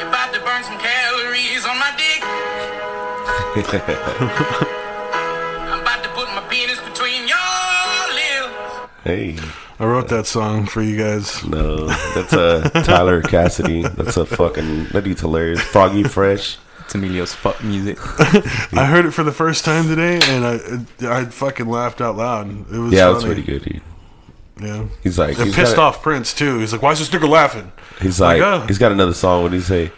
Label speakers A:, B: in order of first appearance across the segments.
A: burn some calories on my dick. I'm about to put my penis between your lips.
B: Hey,
C: I wrote that song for you guys.
B: no, that's a Tyler Cassidy. That's a fucking that dude's hilarious. Froggy Fresh.
D: It's Emilio's fuck music.
C: I heard it for the first time today, and I I fucking laughed out loud. It was
B: Yeah,
C: funny.
B: that's pretty good. Dude.
C: Yeah,
B: He's like
C: it
B: he's
C: pissed
B: got,
C: off Prince too. He's like, "Why is this nigga laughing?"
B: He's like
C: Like, uh.
B: he's got another song. What he say?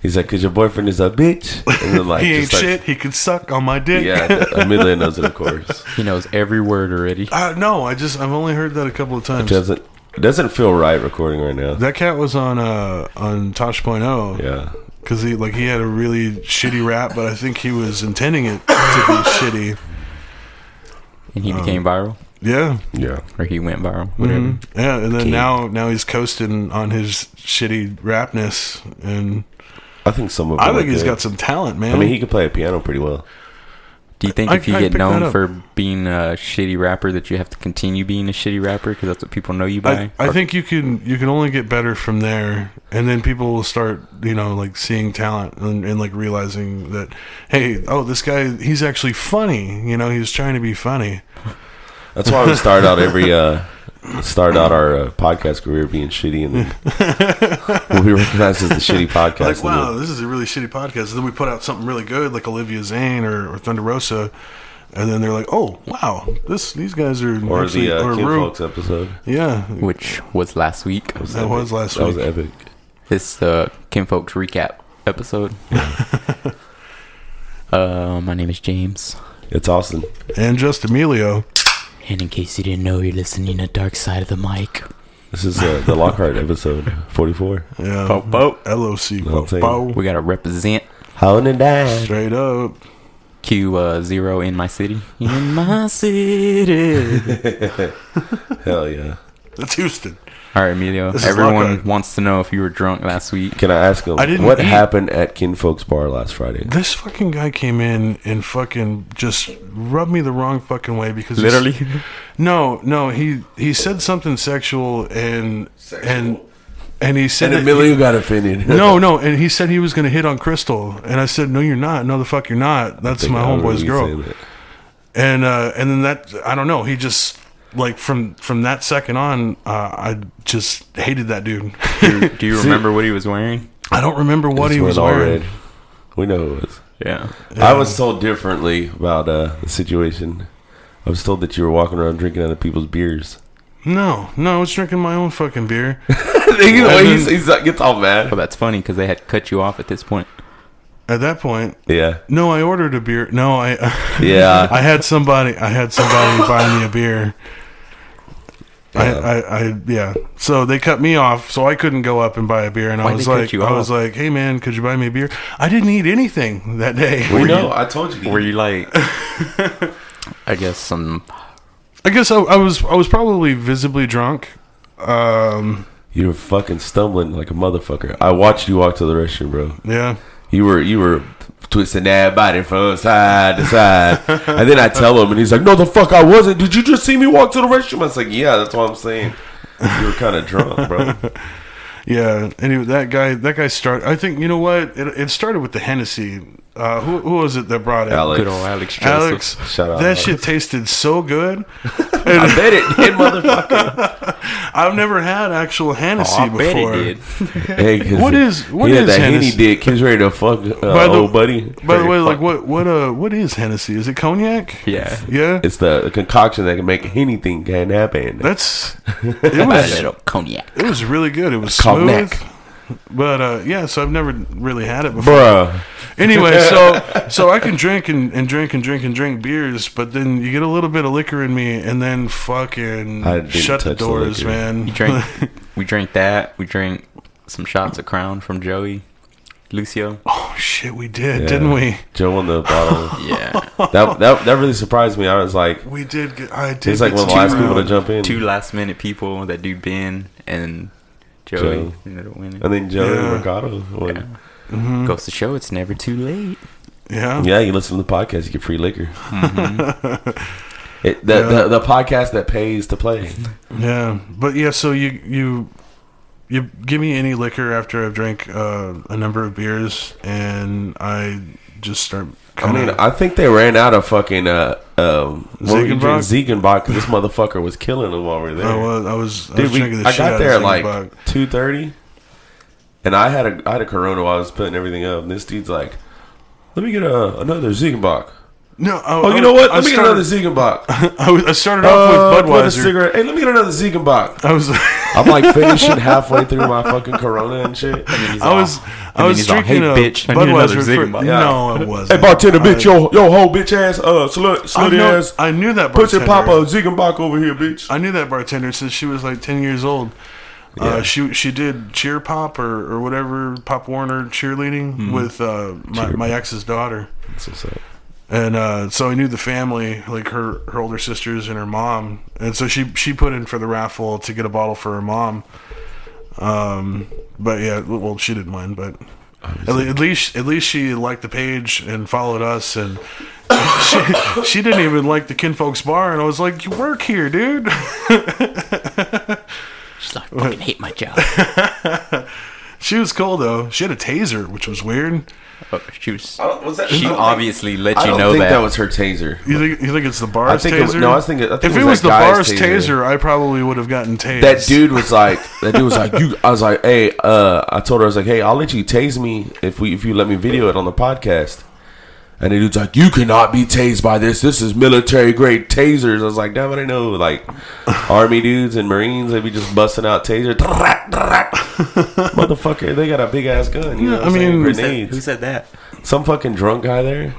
B: He's like, "Cause your boyfriend is a bitch." And then like
C: he ain't
B: just like,
C: shit. He could suck on my dick.
B: Yeah, Amelia knows it, of course.
D: He knows every word already.
C: Uh, no, I just I've only heard that a couple of times.
B: Doesn't doesn't feel right recording right now.
C: That cat was on uh on Tosh Point oh
B: Yeah,
C: because he like he had a really shitty rap, but I think he was intending it to be shitty.
D: And
C: Um,
D: he became viral.
C: Yeah,
B: yeah.
D: Or he went viral.
C: mm-hmm.
D: Whatever.
C: yeah, and then now now he's coasting on his shitty rapness, and
B: I think some of. it
C: I think
B: like
C: he's
B: that.
C: got some talent, man.
B: I mean, he could play a piano pretty well.
D: Do you think
C: I-
D: if you
C: I
D: get
C: picked that
D: known
C: up.
D: for being a shitty rapper that you have to continue being a shitty rapper because that's what people know you by?
C: I, I think you can you can only get better from there, and then people will start you know like seeing talent and, and like realizing that hey oh this guy he's actually funny you know he's trying to be funny
B: That's why we start out every uh, start out our uh, podcast career being shitty, and then we'll be recognized as the shitty podcast.
C: like wow
B: and
C: this is a really shitty podcast and then we put out something really good like Olivia Zane or, or Thunder Rosa, and then they're like oh wow this these guys are
B: then- or
C: actually-
B: the uh,
C: or
B: Kid
C: real-
B: Folks episode.
C: yeah
D: Which was last week.
C: that
B: epic.
C: was last
B: That
C: week
B: was epic.
D: It's the Kim Folks recap episode. uh, my name is James.
B: It's awesome.
C: and just Emilio
D: And in case you didn't know, you're listening to Dark Side of the Mic.
B: This is uh, the Lockhart episode forty-four.
C: yeah
D: Popo.
C: LOC
B: I'll tell you.
C: Popo.
D: We gotta represent
B: Holding it down.
C: straight up
D: Q uh, Zero in my city. In my city.
B: Hell yeah.
C: that's Houston.
D: All right, Emilio.
C: This is
D: Everyone
C: Lockhart.
D: wants to know if you were drunk last week.
B: Can I ask him
C: I didn't
B: what
C: eat.
B: happened at Kin Folks Bar last Friday?
C: This fucking guy came in and fucking just rubbed me the wrong fucking way because he- no, no, he he said something sexual and and and he said that-
B: got offended.
C: no, no, and he said he was gonna hit on Crystal, and I said, no, you're not, no, the fuck, you're not. That's my homeboy's girl, and uh, and then that I don't know, he just like from from that second on, uh, I just hated that dude.
D: Do you, do you remember what he was wearing?
C: I don't remember what he was wearing.
B: We know who it was.
D: Yeah.
B: I was told differently about uh, the situation. I was told that you were walking around drinking other people's beers.
C: No, no, I was drinking my own fucking beer.
B: you know,
C: I
B: he's,
C: mean-
B: he's like, gets all
D: Well,
B: mad.
D: Oh, that's funny because they had cut you off at this point.
C: At that point,
B: Yeah,
C: No, I ordered a beer. No, I
B: yeah.
C: I had somebody I had somebody buy me a beer. I, I, I yeah. So they cut me off, so I couldn't go up and buy a beer. And
D: Why'd
C: I was
D: they cut
C: like,
D: you
C: I was
D: off?
C: like, hey man, could you buy me a beer? I didn't eat anything that day.
B: we know. I told you.
D: Were you like, I guess some.
C: I guess I, I was I was probably visibly drunk. Um,
B: You were fucking stumbling like a motherfucker. I watched you walk to the restroom, bro.
C: yeah.
B: You were you were twisting that body from side to side, and then I tell him, and he's like, "No, the fuck, I wasn't. Did you just see me walk to the restroom?" I was like, "Yeah, that's what I'm saying." You were kind of drunk, bro.
C: Yeah, anyway, that guy, that guy started. I think you know what? It, it started with the Hennessy. Uh, who, who was it that brought it?
B: Alex,
D: Good old Alex Joseph.
C: Alex.
B: Shout out,
C: that
B: Alex.
C: shit tasted so good.
B: I bet it did, motherfucker.
C: I've never had actual Hennessy
D: Oh, I bet
C: before.
D: it did.
B: Hey, 'cause
C: What is- what
B: he had
C: is
B: that Henny
C: Hennessy?
B: dick? He's ready to fuck uh,
C: By the-
B: old buddy.
C: By the way,
D: Very
C: like
D: fun.
C: what what uh what is Hennessy? Is it cognac?
D: Yeah.
C: Yeah.
B: It's the concoction that can make anything can happen.
C: That's it
D: About a
C: was
D: little cognac.
C: it was really good. It was
B: Cognac.
C: smooth. But uh yeah, so I've never really had it before.
B: Bruh,
C: Anyway, so so I can drink and, and drink and drink and drink beers, but then you get a little bit of liquor in me and then
B: I
C: fucking
B: didn't
C: shut the
B: touch the
C: doors,
B: liquor.
C: man.
D: We drank, we drank that. We drank some shots of Crown from Joey, Lucio.
C: oh shit, we did, didn't we?
B: Joe on the bottle.
D: Yeah.
B: that, that that really surprised me. I was like,
C: We did get I did
B: he's like
C: get
B: one of the
C: some
B: last people to
C: around.
B: jump in.
D: Two last minute people that do Ben and Joey.
B: Joe.
D: ended up winning.
B: And then Joe
C: Yeah.
B: Mercado. won.
C: Mm-hmm.
D: Goes to show it's never too late.
C: Yeah.
B: Yeah, you listen to the podcast, you get free liquor.
C: Mm-hmm.
B: it, the, the the podcast that pays to play.
C: Yeah, but yeah, so you you you give me any liquor after I've drank uh, a number of beers, and I just start.
B: I
C: Kinda,
B: mean, I think they ran out of fucking uh um
C: Ziegenbach? Oh,
B: Ziegenbach because this motherfucker was killing them while we were there.
C: I was I was, I
B: Dude,
C: was
B: we,
C: drinking the
B: I
C: shit out
B: got
C: of
B: there at
C: Ziggy
B: like
C: Bug.
B: two thirty, and I had a I had a Corona while I was putting everything up. And this dude's like, "Let me get a another Ziegenbach."
C: No, I,
B: Oh,
C: I-
B: you know what?
C: I
B: Let me get
C: started-
B: another Ziegenbach.
C: I, was, I started
B: Uh,
C: off
B: with a
C: with Budweiser.
B: cigarette. Hey, let me get another Ziegenbach.
C: I was,
B: I'm like finishing halfway through my fucking Corona and shit.
C: I was, I
D: then
C: was
D: he's all,
C: drinking
D: "Hey,
C: a
D: bitch, I need another
C: Budweiser.
D: Ziggy
C: For,
D: Bug."
C: no, it
B: Hey,
C: wasn't.
B: bartender, bitch, yo, yo, whole bitch ass, uh, slut,
C: I,
B: slutty
C: know,
B: ass,
C: I knew that
B: pussy
C: bartender.
B: papa, Ziegenbach over here, bitch.
C: I knew that bartender since she was like ten years old. Uh, she she did cheer pop or, or whatever pop Warner cheerleading with uh, my, my ex's daughter, and uh, so I knew the family like her her older sisters and her mom, and so she she put in for the raffle to get a bottle for her mom. Um, but yeah, well, she didn't win, but at, le- at least at least she liked the page and followed us, and she she didn't even like the kinfolks bar, and I was like, you work here, dude.
D: She's like, I fucking hate my job.
C: She was cool though. She had a taser, which was weird.
D: Oh, she was.
B: I don't- was that-
D: She
B: I don't
D: obviously let
B: I
D: you
B: don't
D: know
B: think
D: that.
B: that. was her taser.
C: You think you think it's the bar's
B: I think it was-
C: taser?
B: no, I think it- I think
C: if
B: it
C: it
B: was
C: was
B: that
C: the
B: guy's
C: bar's
B: taser.
C: taser, I probably would have gotten tased.
B: That dude was like, that dude was like, you. I was like, hey, uh, I told her I was like, hey, I'll let you tase me if we if you let me video it on the podcast. And the dude's like, you cannot be tased by this. This is military grade tasers. I was like, damn, it, I know like army dudes and marines they be just busting out tasers. Motherfucker, they got a big ass gun. You know
C: Yeah,
B: what
C: I
B: I'm saying?
C: mean-
D: Who said,
B: grenades.
D: who said that?
B: Some fucking drunk guy there.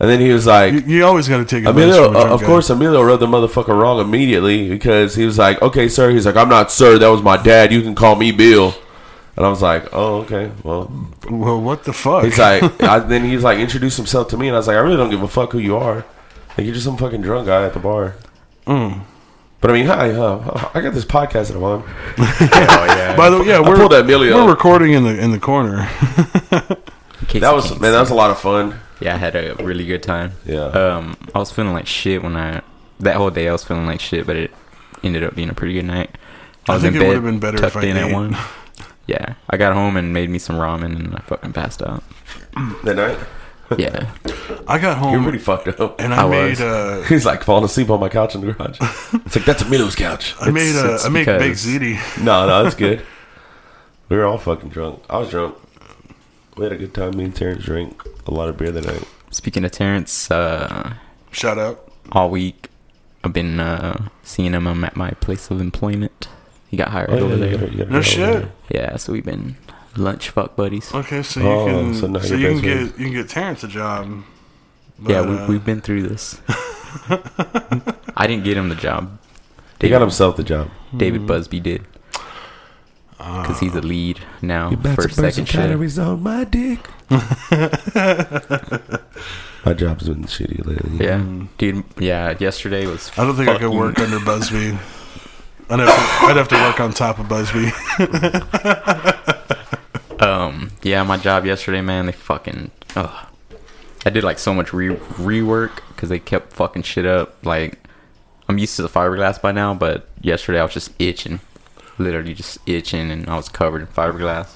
B: And then he was like,
C: You, you always got to take advice
B: Emilio,
C: from a
B: uh,
C: drunk
B: of
C: guy.
B: course, Emilio rubbed the motherfucker wrong immediately because he was like, "Okay, sir." He's like, "I'm not sir. That was my dad. You can call me Bill." And I was like, "Oh, okay." Well,
C: Well, what the fuck?
B: he's like, I, then he's like, introduced himself to me, and I was like, "I really don't give a fuck who you are. Like, you're just some fucking drunk guy at the bar."
C: Mm.
B: But I mean, hi, huh? I got this podcast that I'm on. Hell Oh, yeah.
C: By the way, yeah,
B: I
C: we're
B: pulled Emilio.
C: we're recording in the in the corner.
D: In case
B: that
D: you
B: was
D: can't
B: man,
D: see.
B: that was a lot of fun.
D: Yeah, I had a really good time.
B: Yeah.
D: Um, I was feeling like shit when I that whole day. I was feeling like shit, but it ended up being a pretty good night.
C: I
D: was
C: think
D: in
C: it
D: bed,
C: would've been better if
D: tucked
C: I
D: in at
C: ate.
D: one. Yeah, I got home and made me some ramen, and I fucking passed out.
B: That night,
D: Yeah,
C: I got
B: you're
C: home
B: pretty fucked up.
C: and I,
D: I was.
C: made uh,
B: He's like falling asleep on my couch in the garage. It's like that's Emilio's couch.
C: I made
D: It's-
C: uh,
D: it's
C: I made
D: because-
C: baked ziti.
B: No, no, it's good. we were all fucking drunk. I was drunk. We had a good time. Me and Terrence drank a lot of beer that night.
D: speaking of Terrence, uh,
C: Shout out.
D: all week I've been uh, seeing him. I'm at my place of employment. He got hired over
B: you
D: there.
B: Oh, gotta- you gotta
C: No
B: go
C: shit.
B: over there.
D: Yeah, so we've been lunch fuck buddies.
C: Okay, so you
B: Oh,
C: can
B: so now
C: so,
B: you're
C: you can
B: best friends.
C: get you can get Terrence a job.
D: yeah,
C: But,
D: we,
C: uh,
D: we've been through this. I didn't get him the job.
B: He got himself the job.
D: David Busby did. Because he's a lead now for second shift.
B: on my dick. my job's been shitty lately.
D: Yeah, dude. Yeah, yesterday was.
C: I don't think I could
D: fucking-
C: work under Busby. I'd have, to, I'd have to work on top of Busby.
D: Um, yeah, my job yesterday, man. They fucking. Ugh. I did like so much re- rework because they kept fucking shit up. Like, I'm used to the fiberglass by now, but yesterday I was just itching, literally just itching, and I was covered in fiberglass.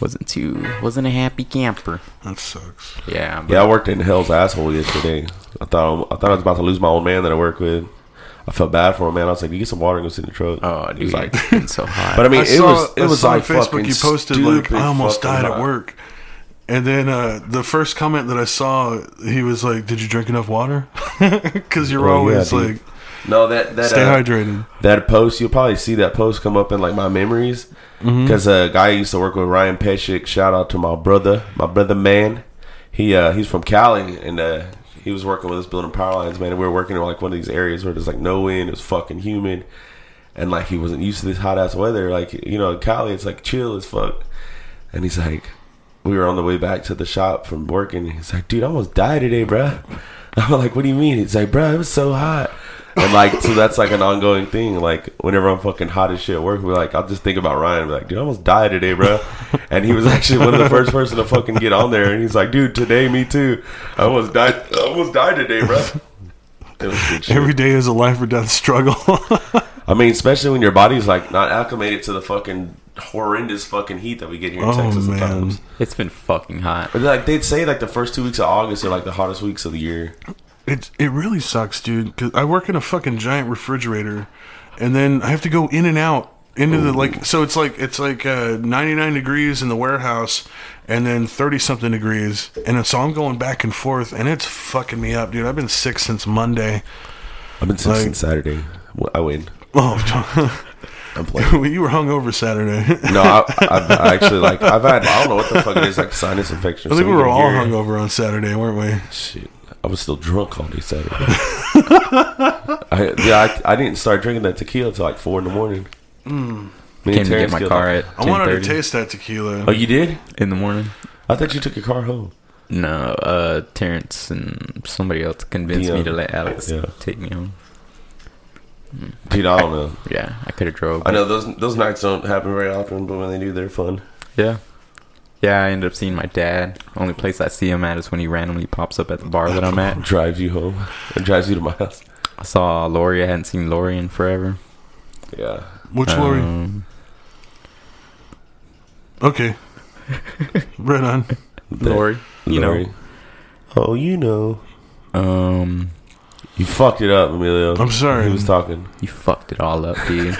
D: Wasn't too. Wasn't a happy camper.
C: That sucks.
D: Yeah, but
B: Yeah, I worked in Hell's asshole yesterday. I thought I thought I was about to lose my old man that I work with. I felt bad for him, man. I was like, "You get some water and go sit in the truck."
D: oh,
B: he
D: dude,
B: was like,
D: it's been so hot.
B: "But uh, I mean,
C: I
B: it
C: saw,
B: was it
C: I
B: was
C: saw
B: like
C: on Facebook.
B: fucking
C: You posted like
B: stupid
C: I almost
B: fucking
C: died
B: hot."
C: at work, and then uh, the first comment that I saw, he was like, "Did you drink enough water?" Because you're
B: Well, yeah,
C: always
B: dude.
C: like,
B: No, that that
C: "Stay
B: uh,
C: hydrated."
B: that post you'll probably see that post come up in like my memories because a guy I used to work with Ryan Peshick. Shout out to my brother, my brother man. He uh, he's from Cali and uh, he was working with us building power lines, man. And we were working in like one of these areas where there's like no wind, it was fucking humid, and like he wasn't used to this hot ass weather. Like you know, in Cali it's like chill as fuck, and he's like. We were on the way back to the shop from working. He's like, "Dude, I almost died today, bruh. I'm like, "What do you mean?" He's like, "Bruh, it was so hot." And like, so that's like an ongoing thing. Like, whenever I'm fucking hot as shit at work, we're like, I'll just think about Ryan. and be like, dude, I almost died today, bro. And he was actually one of the first person to fucking get on there. And he's like, dude, today, me too. I almost died. I almost died today, bro. It was good shit.
C: Every day is a life or death struggle.
B: I mean, especially when your body's like not acclimated to the fucking horrendous fucking heat that we get here in
C: Oh,
B: Texas
C: man.
B: sometimes.
D: It's been fucking hot.
B: But like they'd say, like the first two weeks of August are like the hottest weeks of the year.
C: It it really sucks, dude. 'cause I work in a fucking giant refrigerator, and then I have to go in and out into the like. So it's like it's like uh, ninety nine degrees in the warehouse, and then thirty something degrees, and so I'm going back and forth, and it's fucking me up, dude. I've been sick since Monday.
B: I've been sick
C: Like-
B: since Saturday. W- I win.
C: Oh,
B: I'm playing.
C: you were hungover Saturday.
B: No, I, I've I actually like I've had I don't know what the fuck it is like sinus infection.
C: I think we were all
B: hung
C: hungover on Saturday, weren't we?
B: Shit, I was still drunk all day Saturday. I, yeah, I, I didn't start drinking that tequila till like four in the morning. Me and
D: Came to Mm. get
B: Terrence
D: my
B: got
D: car
B: that-
D: at
C: I wanted to
D: 10:30
C: taste that tequila.
B: Oh, you did?
D: in the morning.
B: I thought you took your car home.
D: No, uh, Terrence and somebody else convinced
B: Yeah.
D: me to let Alex
B: Yeah.
D: take me home.
B: Dude, I don't know.
D: Yeah, I could have drove.
B: I know those those nights don't happen very often, but when they do, they're fun.
D: Yeah. Yeah, I ended up seeing my dad. Only place I see him at is when he randomly pops up at the bar that I'm at.
B: Drives you home. It drives you to my house.
D: I saw Lori. I hadn't seen Lori in forever.
B: Yeah.
C: Which Lori?
D: Um,
C: Okay, right on.
D: Lori. You
B: Lori. Oh, you know.
D: know. Um,
B: You fucked it up, Emilio.
C: I'm sorry.
B: He was talking.
D: you fucked it all up, dude.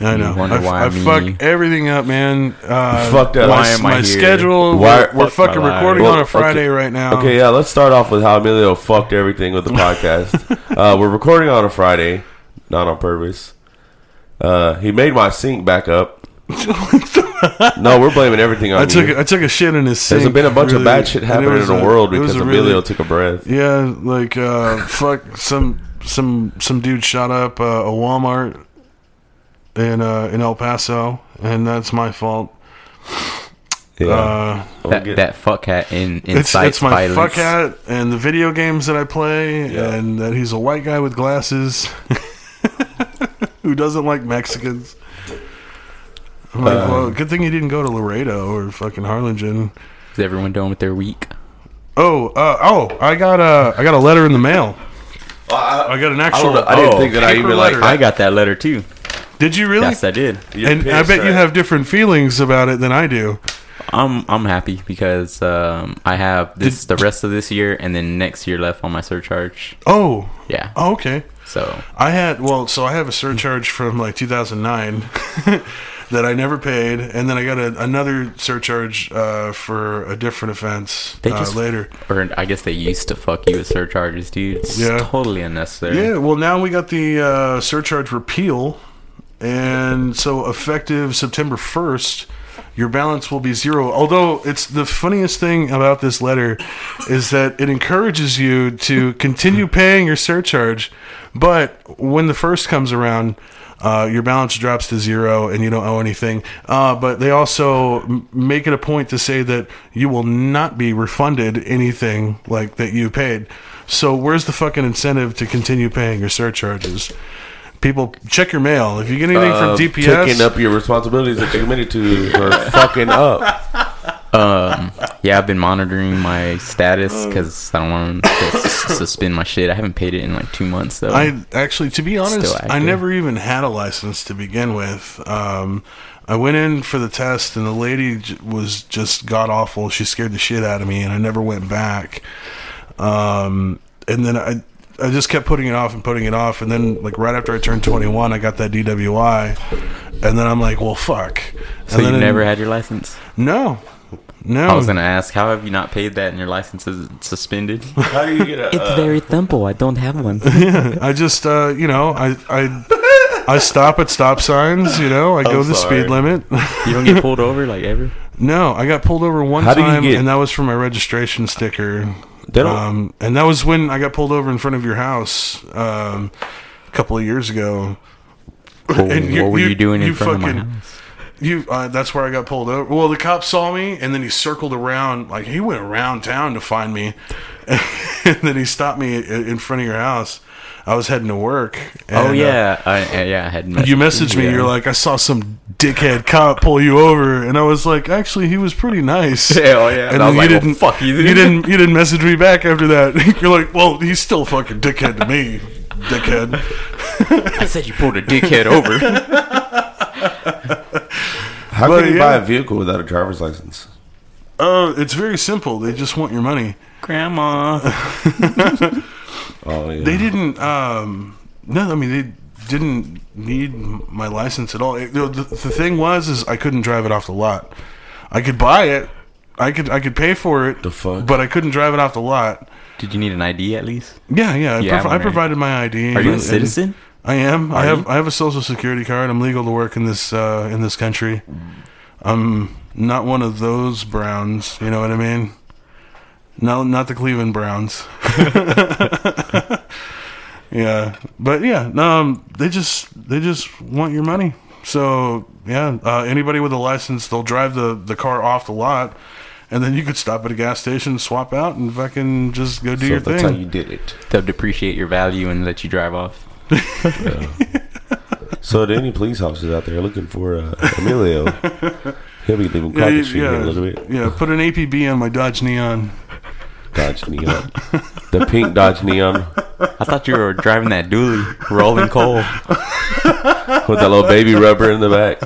C: I
D: You
C: know.
D: wonder
C: I,
D: why
C: I
D: me.
C: fuck everything up, man. Uh,
B: You fucked up.
C: My,
B: Why
D: am I
C: my
D: here?
C: schedule.
B: Why-
C: we're- we're
D: fuck
C: fucking
D: my life.
C: recording
B: Well,
C: on a
B: okay.
C: Friday right now.
B: Okay, yeah, let's start off with how Emilio fucked everything with the podcast. uh, we're recording on a Friday, not on purpose. Uh, he made my sink back up. no, we're blaming everything on
C: I took
B: you.
C: a, I took a shit in his sink.
B: There's been a bunch of
C: really,
B: bad shit
C: and it
B: happening in
C: was
B: the
C: a-
B: world
C: it was
B: because
C: a
B: Emilio
C: really-
B: took a breath.
C: Yeah, like uh, fuck some some some dude shot up uh, a Walmart in uh, in El Paso, and that's my fault.
B: Yeah,
C: Uh,
B: We'll
D: that
B: get-
D: that fuckhat in
C: it's
D: incites
C: it's my
D: violence.
C: fuck hat and the video games that I play,
B: Yeah.
C: and that he's a white guy with glasses who doesn't like Mexicans. I'm like,
D: Uh,
C: well, good thing he didn't go to Laredo or fucking Harlingen.
D: Is everyone done with their week?
C: Oh, uh, oh, I got a I got a letter in the mail.
B: Oh, I,
C: I got an
B: I
C: actual.
B: don't know. I didn't
D: Oh,
B: think that I
C: paper
B: even like.
C: letter.
B: I,
D: I got that letter too.
C: Did you really?
D: Yes, I did.
B: you're
C: and I
B: pissed,
C: bet you
B: right?
C: have different feelings about it than I do.
D: I'm I'm happy because um, I have this the rest of this year and then next year left on my surcharge.
C: Oh,
D: Yeah.
C: oh, okay.
D: So
C: I had well, so I have a surcharge from like 2009 that I never paid, and then I got a, another surcharge uh, for a different offense
D: They
C: uh,
D: just-
C: later.
D: or I guess they used to fuck you with surcharges, dude. It's
C: Yeah.
D: totally unnecessary.
C: Yeah, well, now we got the uh, surcharge repeal, and so effective September 1st, your balance will be zero. Although it's the funniest thing about this letter is that it encourages you to continue paying your surcharge, but when the first comes around, uh, your balance drops to zero and you don't owe anything. Uh, but they also m- make it a point to say that you will not be refunded anything like that you paid. So where's the fucking incentive to continue paying your surcharges? People, check your mail. If you get anything
B: Uh,
D: Um,
C: from DPS,
B: taking up your responsibilities that you committed to for fucking up.
D: Yeah, I've been monitoring my status
C: Oh.
D: because I don't want to s- suspend my shit. I haven't paid it in like two months though.
C: I actually, to be honest, I
D: active.
C: never even had a license to begin with. Um, I went in for the test, and the lady j- was just god awful. She scared the shit out of me, and I never went back. Um, and then I, I just kept putting it off and putting it off. And then, like right after I turned 21, I got that DWI, and then I'm like, well, fuck.
D: so you never had your license?
C: No, no.
D: I was gonna ask, how have you not paid that and your license is suspended?
B: How do you get a? uh,
E: very simple. I don't have one.
C: I just, uh, you know, I, I, I stop at stop signs. You know, I go the
B: sorry.
C: speed limit.
D: You don't get pulled over like ever.
C: No, I got pulled over one
B: How do you
C: time,
B: get-
C: and that was for my registration sticker.
B: they don't.
C: Um, and that was when I got pulled over in front of your house um, a couple of years ago. And you-
D: what were you,
C: you-
D: doing in
C: you
D: front of my
C: fucking-
D: house?
C: You, uh, that's where I got pulled over. Well, the cop saw me, and then he circled around, like he went around town to find me, and then he stopped me i- in front of your house. I was heading to work.
D: Oh
C: and, uh,
D: yeah, I, I- yeah, I had.
C: you messaged me.
D: yeah.
C: You're like, I saw some dickhead cop pull you over, and I was like, actually, he was pretty nice.
D: Hell yeah.
C: And
D: I
C: then
D: was
C: you
D: like, well,
C: didn't
D: fuck you, dude.
C: didn't you didn't message me back after that. You're like, well, he's still a fucking dickhead to me, dickhead.
D: I said you pulled a dickhead over.
B: How
C: But
B: can you
C: yeah.
B: buy a vehicle without a driver's license?
C: Uh, it's very simple. They just want your money.
D: Grandma.
B: Oh, yeah.
C: They didn't. Um, no, I mean they didn't need my license at all. It- the, the thing was, is I couldn't drive it off the lot. I could buy it. I could I could pay for it.
B: The fuck?
C: But I couldn't drive it off the lot.
D: Did you need an ID at least?
C: Yeah, yeah. I,
D: Yeah,
C: prov-
D: I'm
C: I
D: wondering.
C: provided my ID.
D: Are you a
C: and-
D: citizen?
C: I am. I have
D: you?
C: I have a social security card. I'm legal to work in this uh, in this country. I'm not one of those Browns. You know what I mean? No, not the Cleveland Browns. yeah, but yeah, um, they just they just want your money. So yeah, uh, anybody with a license, they'll drive the the car off the lot, and then you could stop at a gas station, swap out, and fucking just go do
B: so
C: your
B: that's
C: thing.
B: how you did it.
D: They'll depreciate your value and let you drive off.
B: So to any police officers out there looking for uh, Emilio, he'll be leaving
C: yeah,
B: crack
C: you-
B: shit here in a little bit.
C: yeah, put an APB on my Dodge Neon.
B: Dodge Neon. The pink Dodge Neon
D: I thought you were driving that dually, rolling coal.
B: with that little baby rubber in the back.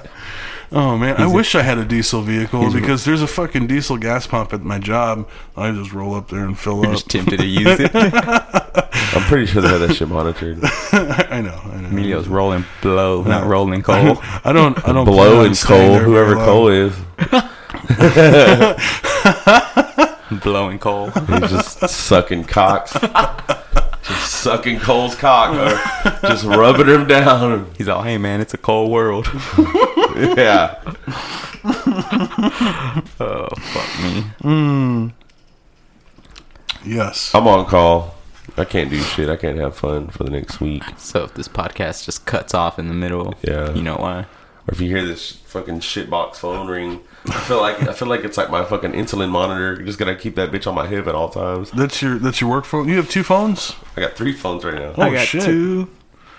C: Oh man, I wish I had a diesel vehicle because there's a fucking diesel gas pump at my job. I just roll up there and fill up.
D: Just tempted to use it.
B: I'm pretty sure they have that shit monitored.
C: I know, I know.
D: Emilio's rolling blow, not rolling coal.
C: I don't. I don't. plan
B: Blow
C: on
B: and
C: staying
B: coal,
C: there
B: whoever
C: very
B: Cole
C: long.
B: is.
D: Blowing coal.
B: He's just sucking cocks. Just sucking Cole's cock. Or just rubbing him down.
D: He's all, hey man, it's a cold world.
B: Yeah.
D: Oh, fuck me.
C: Yes.
B: I'm on call. I can't do shit. I can't have fun for the next week.
D: So if this podcast just cuts off in the middle,
B: Yeah.
D: you know why?
B: Or if you hear this fucking shitbox phone ring, I feel like I feel like it's like my fucking insulin monitor. You just gotta keep that bitch on my hip at all times.
C: That's your. That's your work phone. You have two phones.
B: I got three phones right now.
C: Oh, shit.
D: two.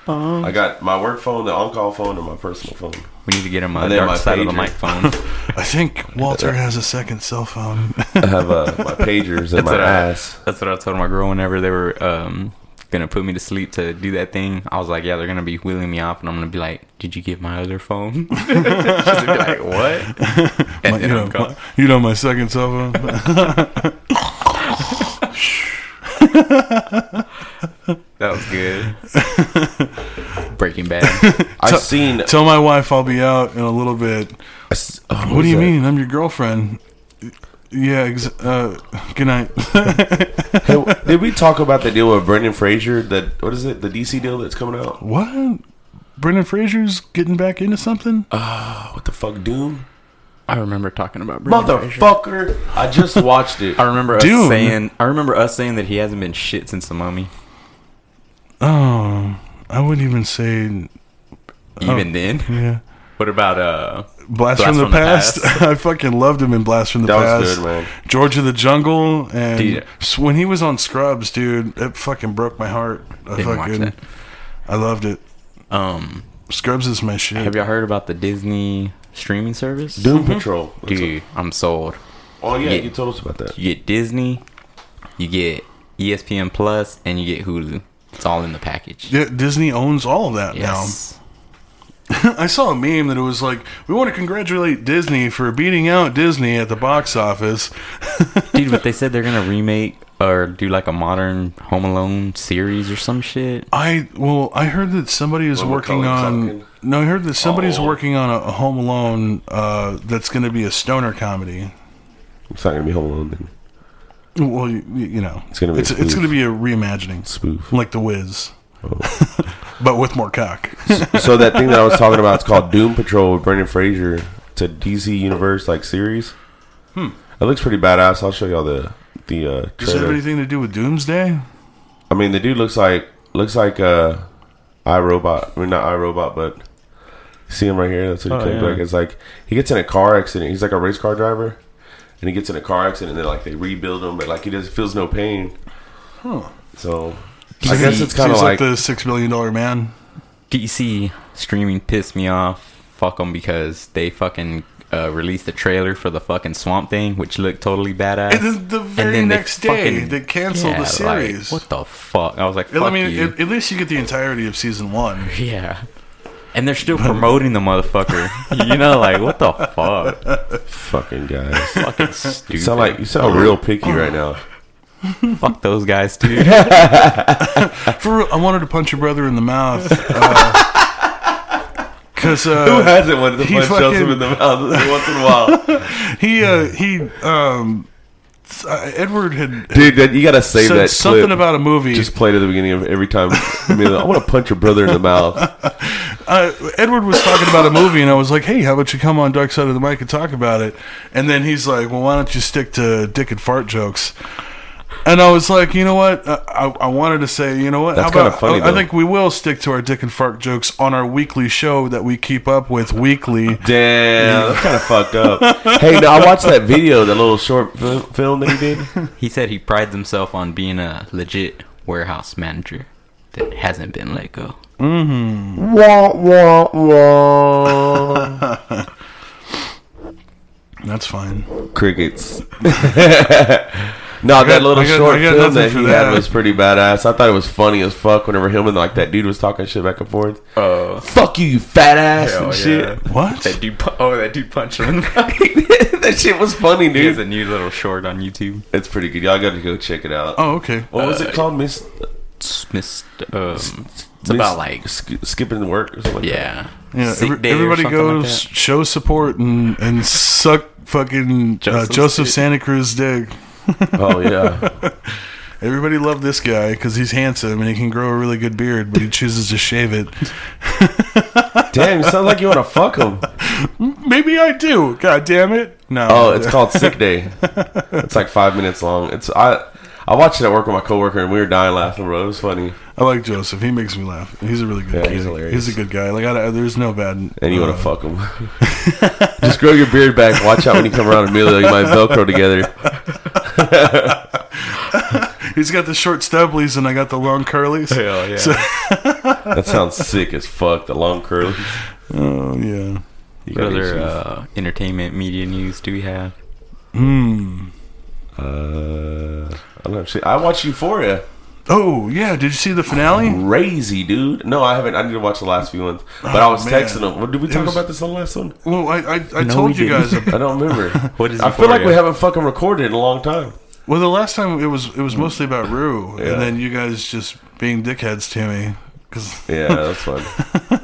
B: I got my work phone, the on-call phone, and my personal phone.
D: We need to get him on
B: And
D: the
B: then
D: dark
B: my
D: side of the
B: pager.
D: microphone.
C: I think Walter has a second cell phone.
B: I have uh, my pagers and my
D: what I-
B: ass.
D: That's what I told my girl whenever they were um, gonna put me to sleep to do that thing. I was like, yeah, they're gonna be wheeling me off, and I'm gonna be like, did you get my other phone? She's gonna be like, what? And
C: My- you,
D: then
C: know,
D: I'm going,
C: my, you know my second cell phone.
D: that was good. Breaking Bad.
B: I seen.
C: Tell my wife I'll be out in a little bit.
B: I s- oh,
C: What, do
B: is
C: you
B: that?
C: mean? I'm your girlfriend. Yeah. Ex- uh, good night.
B: Hey, w- did we talk about the deal with Brendan Fraser? That what is it? The DC deal that's coming out?
C: what? Brendan Fraser's getting back into something.
B: Oh, what the fuck, Doom?
D: I remember talking about
B: Motherfucker! I just watched it.
D: I remember us
C: Dune.
D: saying. I remember us saying that he hasn't been shit since the Mummy.
C: Oh, I wouldn't even say.
B: Oh.
D: Even then.
C: Yeah,
D: What about uh?
C: Blast, from the Past. I fucking loved him in Blast from the
B: That
C: Past.
B: was good, man.
C: George of the Jungle, and
D: Dude.
C: s- when he was on Scrubs, dude, it fucking broke my heart. I
D: Didn't watch
C: fucking,
D: that.
C: I loved it.
D: Um,
C: Scrubs is my shit.
D: have y'all heard about the Disney streaming service?
B: Doom Patrol. That's
D: Dude, I'm sold.
B: what- oh Mm-hmm. yeah,
D: Yeah.
B: you told us about that.
D: You get Disney, you get E ESPN Plus, and you get Hulu. It's all in the package.
C: Yeah, Disney owns all of that
D: Yes.
C: now. I saw a meme that it was like, "We want to congratulate Disney for beating out Disney at the box office."
D: Dude, but they said they're gonna remake or do like a modern Home Alone series or some shit.
C: I well, I heard that somebody is
B: Well,
C: working on.
B: Macaulay Culkin.
C: No, I heard that somebody's
B: Oh.
C: working on a, a Home Alone uh, that's going to be a stoner comedy.
B: It's not gonna be Home Alone then.
C: Well, you, you know, it's
B: gonna be a
C: it's, it's
B: spoof.
C: going to be a reimagining,
B: Spoof.
C: like The Wiz,
B: Oh.
C: but with more cock.
B: so that thing that I was talking about is called Doom Patrol with Brendan Fraser. It's a DC Universe like series. Hmm. It looks pretty badass. I'll show y'all the the uh,
C: Does it have
B: trailer.
C: anything to do with Doomsday?
B: I mean, the dude looks like looks like uh, iRobot. I mean, not iRobot, but see him right here. That's what he
D: Oh,
B: looked
D: yeah.
B: like. It's like he gets in a car accident. He's like a race car driver, and he gets in a car accident, and then like they rebuild him, but like he doesn't feels no pain. So I
D: Seems-
B: guess it's kind of
C: Seems
B: like,
C: the Six Million Dollar Man.
D: DC streaming pissed me off. Fuck them because they fucking uh, released the trailer for the fucking Swamp Thing, which looked totally badass.
C: And then the very
D: they
C: next day, they canceled the
D: like,
C: series.
D: what the fuck? I was like, fuck
C: I mean,
D: you.
C: at, at least you get the entirety of season one.
D: yeah. And they're still promoting the motherfucker. you know, like what the fuck?
B: Fucking guys.
D: Fucking
B: You
D: stupid.
B: sound like you sound real picky right now.
D: fuck those guys too.
C: For real, I wanted to punch your brother in the mouth. Because uh,
B: Who hasn't wanted to
C: He
B: punch
C: fucking-
B: Joseph in the mouth every once in a while?
C: he uh, he um, s- uh, Edward had, had
B: Dude, that, you gotta save
C: said
B: that
C: something
B: clip.
C: about a movie.
B: Just play to the beginning of every time. I, mean, I want to punch your brother in the mouth.
C: uh, Edward was talking about a movie, and I was like, "Hey, how about you come on Dark Side of the Mic and talk about it?" And then he's like, "Well, why don't you stick to dick and fart jokes?" And I was like, "You know what? I, I, I wanted to say, you know what?
B: That's
C: How about-
B: kinda funny,
C: I, I
B: though.
C: think we will stick to our dick and fart jokes on our weekly show that we keep up with weekly."
B: Damn, that's kind of fucked up. Hey, now I watched that video, that little short fil- film that he did.
D: He said he prides himself on being a legit warehouse manager that hasn't been let go.
B: wah, wah, wah.
C: That's fine.
B: crickets. no, that little
C: I got-
B: short
C: I got
B: film
C: nothing
B: that
C: for
B: he
C: that.
B: had was pretty badass. I thought it was funny as fuck whenever him and like that dude was talking shit back and forth.
D: Oh,
B: Fuck you, you fat ass and shit.
C: What?
D: That dude, pu- oh, that dude punched him. in the-
B: that shit was funny,
D: he has
B: dude.
D: a new little short on YouTube.
B: It's pretty good. Y'all gotta go check it out.
C: Oh, okay.
B: what was it called? Miss.
D: It's, missed, um, it's
B: miss-
D: about like
B: sk- skipping work or something. like that?
D: yeah,
C: Yeah,
D: sick
C: every-
D: day or
C: everybody
D: something like
C: goes show support and and suck fucking Joseph,
D: Joseph's
C: uh, Joseph
D: dick.
C: Santa Cruz dick.
B: Oh yeah.
C: Everybody loved this guy because he's handsome and he can grow a really good beard, but he chooses to shave it.
B: Damn, you sound like you want to fuck him.
C: Maybe I do. God damn it! No.
B: Oh, it's called Sick Day. It's like five minutes long. It's I. I watched it at work with my coworker and we were dying laughing, bro. It was funny.
C: I like Joseph. He makes me laugh. He's a really good.
B: Yeah,
C: kid.
B: he's
C: He's,
B: hilarious.
C: a good guy. Like I, I- there's no bad. uh,
B: and you want to fuck him. Just grow your beard back. Watch out when you come around Emilio. You might Velcro together.
C: He's got the short stubblies and I got the long curlies.
D: Hell yeah.
C: So-
B: That sounds sick as fuck. The long curly.
C: oh yeah.
B: You
D: What
B: got
D: other
B: issues.
D: uh, entertainment media news do we have?
C: Hmm.
B: Uh, I don't know. Shit, I watched Euphoria.
C: Oh yeah. Did you see the
D: Oh.
C: finale?
B: Crazy, dude. No, I haven't. I need to watch the last few ones. But I was
C: Oh, man.
B: texting him. What, did we
C: It
B: talk
C: was-
B: about this on the last one?
C: Well, I I, I
D: No,
C: told
D: we
C: you guys.
D: didn't.
B: I don't remember.
D: What is
B: I feel like
D: Euphoria?
B: we haven't fucking recorded in a long time.
C: Well, the last time it was it was mostly about Rue,
B: Yeah.
C: and then you guys just being dickheads to me because
B: Yeah, that's fun.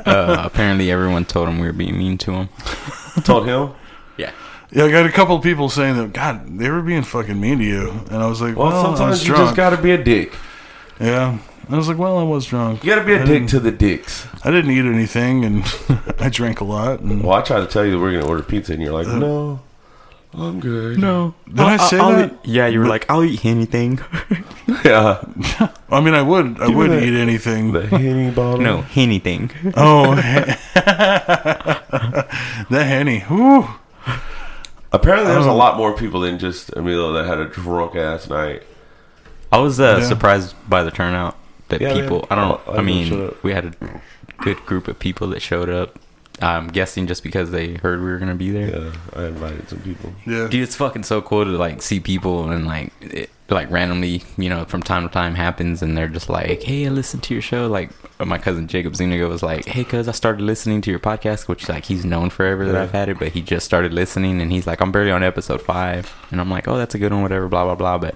D: Uh, apparently, everyone told him we were being mean to him.
B: Told him.
D: Yeah,
C: Yeah, I got a couple of people saying that. God, they were being fucking mean to you, and I was like,
B: Well,
C: "Well, I was
B: sometimes you
C: drunk."
B: just gotta be a dick.
C: yeah, I was like, "Well, I was drunk.
B: You gotta be
C: I
B: a dick
C: didn't-
B: to the dicks.
C: I didn't eat anything, and I drank a lot. And
B: Well, I tried to tell you that we're gonna order pizza, and you're like, no, I'm good.
D: no.
C: Did I say that?
D: yeah, you were like, I'll eat anything.
B: Yeah.
C: I mean, I would, I
B: Give me
C: would
B: that-
C: eat anything.
B: The Henny bottle.
D: no, anything.
C: Oh, that henny. Whew.
B: Apparently, there's a lot more people than just Emilio that had a drunk ass night.
D: I was uh,
C: Yeah.
D: surprised by the turnout that
B: Yeah, Oh, they
D: people.
B: had-
D: I don't.
B: a lot
D: I
B: of people showed
D: mean,
B: up.
D: we had a good group of people that showed up. I'm guessing just because they heard we were gonna be there.
B: Yeah, I invited some people.
C: Yeah.
D: Dude, it's fucking so cool to like see people and like it, like randomly, you know, from time to time happens, and they're just like, "Hey, I listened to your show." Like my cousin Jacob Zuniga was like, "Hey, cuz I started listening to your podcast," which like he's known forever that
B: Yeah.
D: I've had it, but he just started listening, and he's like, "I'm barely on episode five. and I'm like, "Oh, that's a good one, whatever." Blah blah blah, but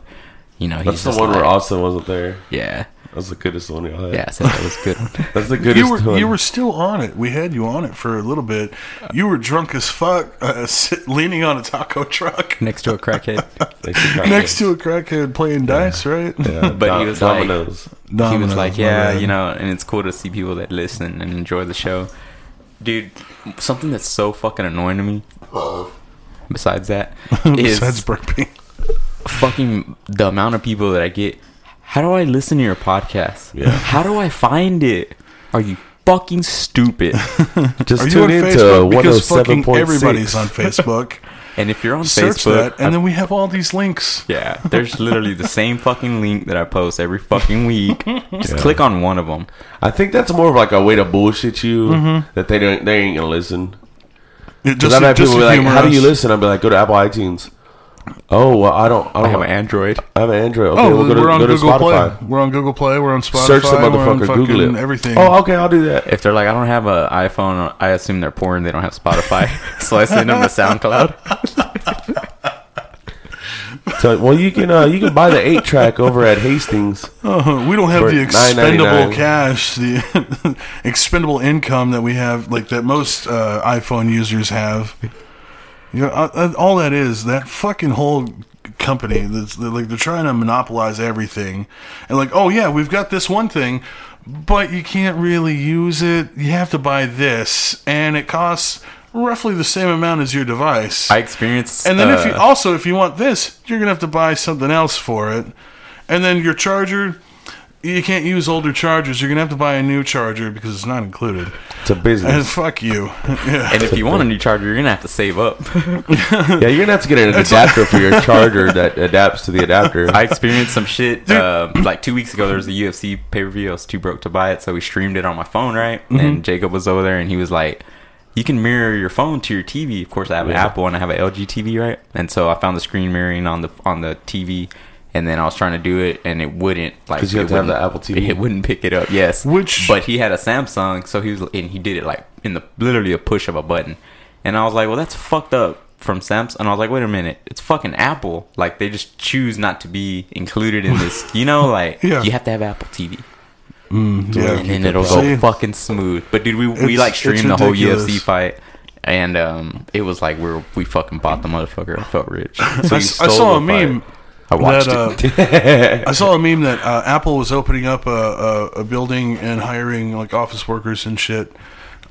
D: you know, he's
B: That's the
D: just
B: one where
D: like-
B: Austin wasn't there.
D: yeah,
B: That's the goodest one y'all had.
D: yeah, I said that was a good. one.
B: That's the goodest
C: You were
B: one.
C: you were still on it. We had you on it for a little bit. You were drunk as fuck, uh, sit, leaning on a taco truck
D: Next to a crackhead,
B: They should try
C: next
B: it.
C: to a crackhead playing dice, right?
B: Yeah,
D: But he was like-
B: Domino's.
D: he
C: Domino's,
D: was like,
C: my
D: "Yeah,
C: bad.
D: you know," and it's cool to see people that listen and enjoy the show, dude. Something that's so fucking annoying to me. Besides that, is
C: Besides burping.
D: fucking the amount of people that I get. How do I listen to your podcast?
B: Yeah.
D: How do I find it? Are you fucking stupid?
B: Just
C: Are you on
B: tune into
C: Facebook? Because fucking
B: 107.6.
C: everybody's on Facebook.
D: and if you're on
C: Search
D: Facebook,
C: that, and then we have all these links.
D: yeah, there's literally the same fucking link that I post every fucking week. Just click on one of them.
C: Mm-hmm.
B: I think that's more of like a way to bullshit you that they don't they ain't gonna listen.
C: It
B: Because
C: just,
B: I've had
C: just
B: people be
C: to
B: like,
C: humor
B: "How do
C: us.
B: you listen?" I'd be like, "Go to Apple iTunes." Oh well, I don't. I
D: I
B: don't
D: have an Android.
B: I have an Android. Okay,
C: Oh,
B: we'll go to,
C: we're on
B: go to
C: Google
B: Spotify.
C: Play. We're on Google Play. We're on Spotify.
B: Search the
C: We're on
B: motherfucker.
C: fucking
B: Google it.
C: Everything.
B: Oh, okay, I'll do that.
D: If they're like, I don't have an iPhone, I assume they're poor and they don't have Spotify. so I send them to SoundCloud.
B: So, well, you can uh, you can buy the eight track over at Hastings.
C: Uh-huh. We don't have
B: For
C: the expendable
B: $9.99.
C: cash, the expendable income that we have, like that most uh, iPhone users have. You know, uh, uh, all that is that fucking whole company that's they're, like they're trying to monopolize everything, and like, oh yeah, we've got this one thing, but you can't really use it. You have to buy this, and it costs roughly the same amount as your device.
D: I experienced.
C: And then if you
D: uh,
C: also if you want this, you're gonna have to buy something else for it. And then your charger, you can't use older chargers. You're gonna have to buy a new charger because it's not included.
B: It's a
C: And
B: business.
C: fuck you. Yeah.
D: and if you want a new charger, you're gonna have to save up.
B: yeah, you're gonna have to get an adapter for your charger that adapts to the adapter.
D: I experienced some shit uh, like two weeks ago. There was a UFC pay per view. I was too broke to buy it, so we streamed it on my phone, right?
B: Mm-hmm.
D: And Jacob was over there, and he was like, "You can mirror your phone to your TV." Of course, I have an
B: Yeah.
D: Apple and I have an LG TV, right? And so I found the screen mirroring on the on the TV, and then I was trying to do it, and it wouldn't like
B: 'Cause you have
D: it
B: to have the
D: wouldn't-
B: Apple TV.
D: It wouldn't pick it up. Yes,
C: Which-
D: but he had a Samsung, so he was and he did it like in the literally a push of a button, and I was like, "Well, that's fucked up." From Samsung, and I was like, "Wait a minute, it's fucking Apple. Like they just choose not to be included in this. You know, like
C: Yeah. Mm,
D: you have to have Apple TV,
C: Yeah.
D: and then it'll
C: See?
D: go fucking smooth." But dude, we we
C: It's-
D: like
C: it's
D: streamed the whole
C: ridiculous.
D: UFC fight, and um, it was like we are we fucking bought the motherfucker. I felt rich. So you
C: I, s- I
D: stole
C: saw a
D: the fight.
C: meme.
D: I watched
C: that,
D: it.
C: uh, I saw a meme that uh, Apple was opening up a, a, a building and hiring like office workers and shit.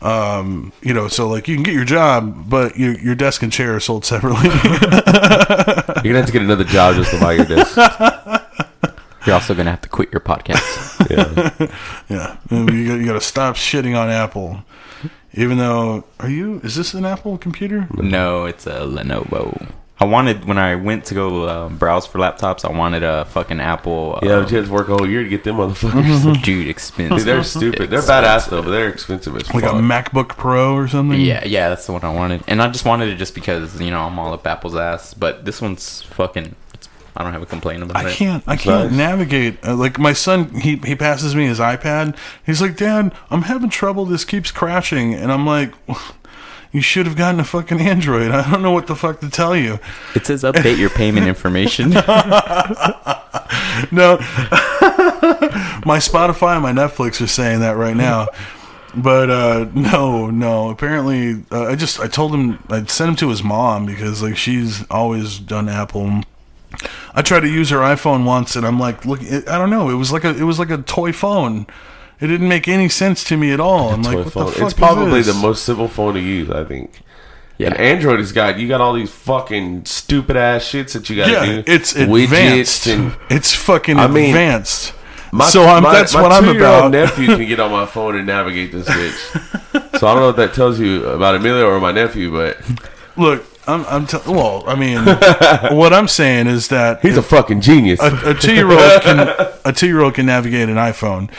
C: Um, you know, so like you can get your job, but your your desk and chair are sold separately.
B: You're gonna have to get another job just to buy your disc.
D: You're also gonna have to quit your podcast.
B: Yeah.
C: Yeah, you got, you got to stop shitting on Apple. Even though, are you? Is this an Apple computer?
D: no, it's a Lenovo. I wanted when I went to go uh, browse for laptops, I wanted a fucking Apple.
B: Yeah,
D: um,
B: but you have to work a whole year to get them motherfuckers.
D: dude, expensive.
B: Dude, they're stupid. They're badass though, but they're expensive as fuck.
C: Like a MacBook Pro or something?
D: Yeah, yeah, that's the one I wanted, and I just wanted it just because you know I'm all up Apple's ass. But this one's fucking. It's, I don't have a complaint about
C: I
D: it.
C: can't. I can't
B: nice.
C: navigate. Uh, like my son, he he passes me his iPad. He's like, Dad, I'm having trouble. This keeps crashing, and I'm like. You should have gotten a fucking Android. I don't know what the fuck to tell you.
D: It says update your payment information.
C: No, my Spotify and my Netflix are saying that right now. But uh, no, no. Apparently, uh, I just I told him I would sent him to his mom because like she's always done Apple. I tried to use her iPhone once, and I'm like, look, it, I don't know. It was like a it was like a toy phone. It didn't make any sense to me at all. I'm like,
B: toy
C: what
B: phone.
C: the fuck
B: it's probably
C: is this?
B: the most simple phone to use, I think.
D: Yeah.
B: And Android has got you got all these fucking stupid ass shits that you got to
C: Yeah,
B: do.
C: it's
B: Widgets
C: advanced.
B: and-
C: It's fucking
B: I mean,
C: advanced.
B: My,
C: so I'm,
B: my-
C: that's
B: my
C: what I'm
B: two-year-old
C: about.
B: nephew can get on my phone and navigate this bitch. so I don't know what that tells you about Emilio or my nephew, but
C: Look, I'm, I'm t- well. I mean, what I'm saying is that
B: he's a fucking genius.
C: a, a two-year-old can a two-year-old can navigate an iPhone.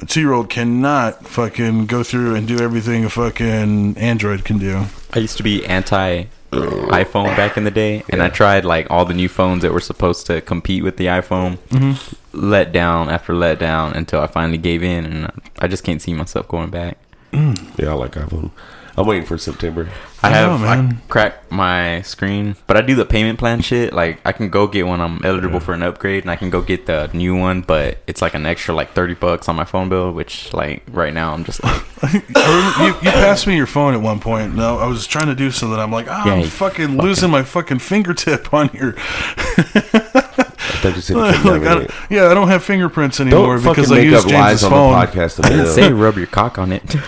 C: A two-year-old cannot fucking go through and do everything a fucking Android can do.
D: I used to be anti iPhone back in the day, and I tried like all the new phones that were supposed to compete with the iPhone. Mm-hmm. Let down after let down until I finally gave in, and I just can't see myself going back.
B: yeah, I like iPhone. I'm waiting for September.
D: I
C: I
D: have
C: know,
D: I
C: man.
D: cracked my screen, but I do the payment plan shit. Like I can go get one. I'm eligible for an upgrade, and I can go get the new one, but it's like an extra like thirty bucks on my phone bill, which like right now I'm just like
C: I remember you, you passed me your phone at one point. No, I was trying to do something. I'm like, ah,
D: Yeah,
C: I'm
D: you
C: fucking,
D: fucking-
C: losing my fucking fingertip on here.
B: I thought you said you
C: like,
B: couldn't
C: I
B: navigate.
C: don't, yeah, I don't have fingerprints anymore
B: Don't
C: because
B: fucking
C: I
B: make
C: use
B: up lies
C: James's
B: on
C: phone.
B: the podcast.
D: I didn't
B: Emilio.
D: say rub your cock on it.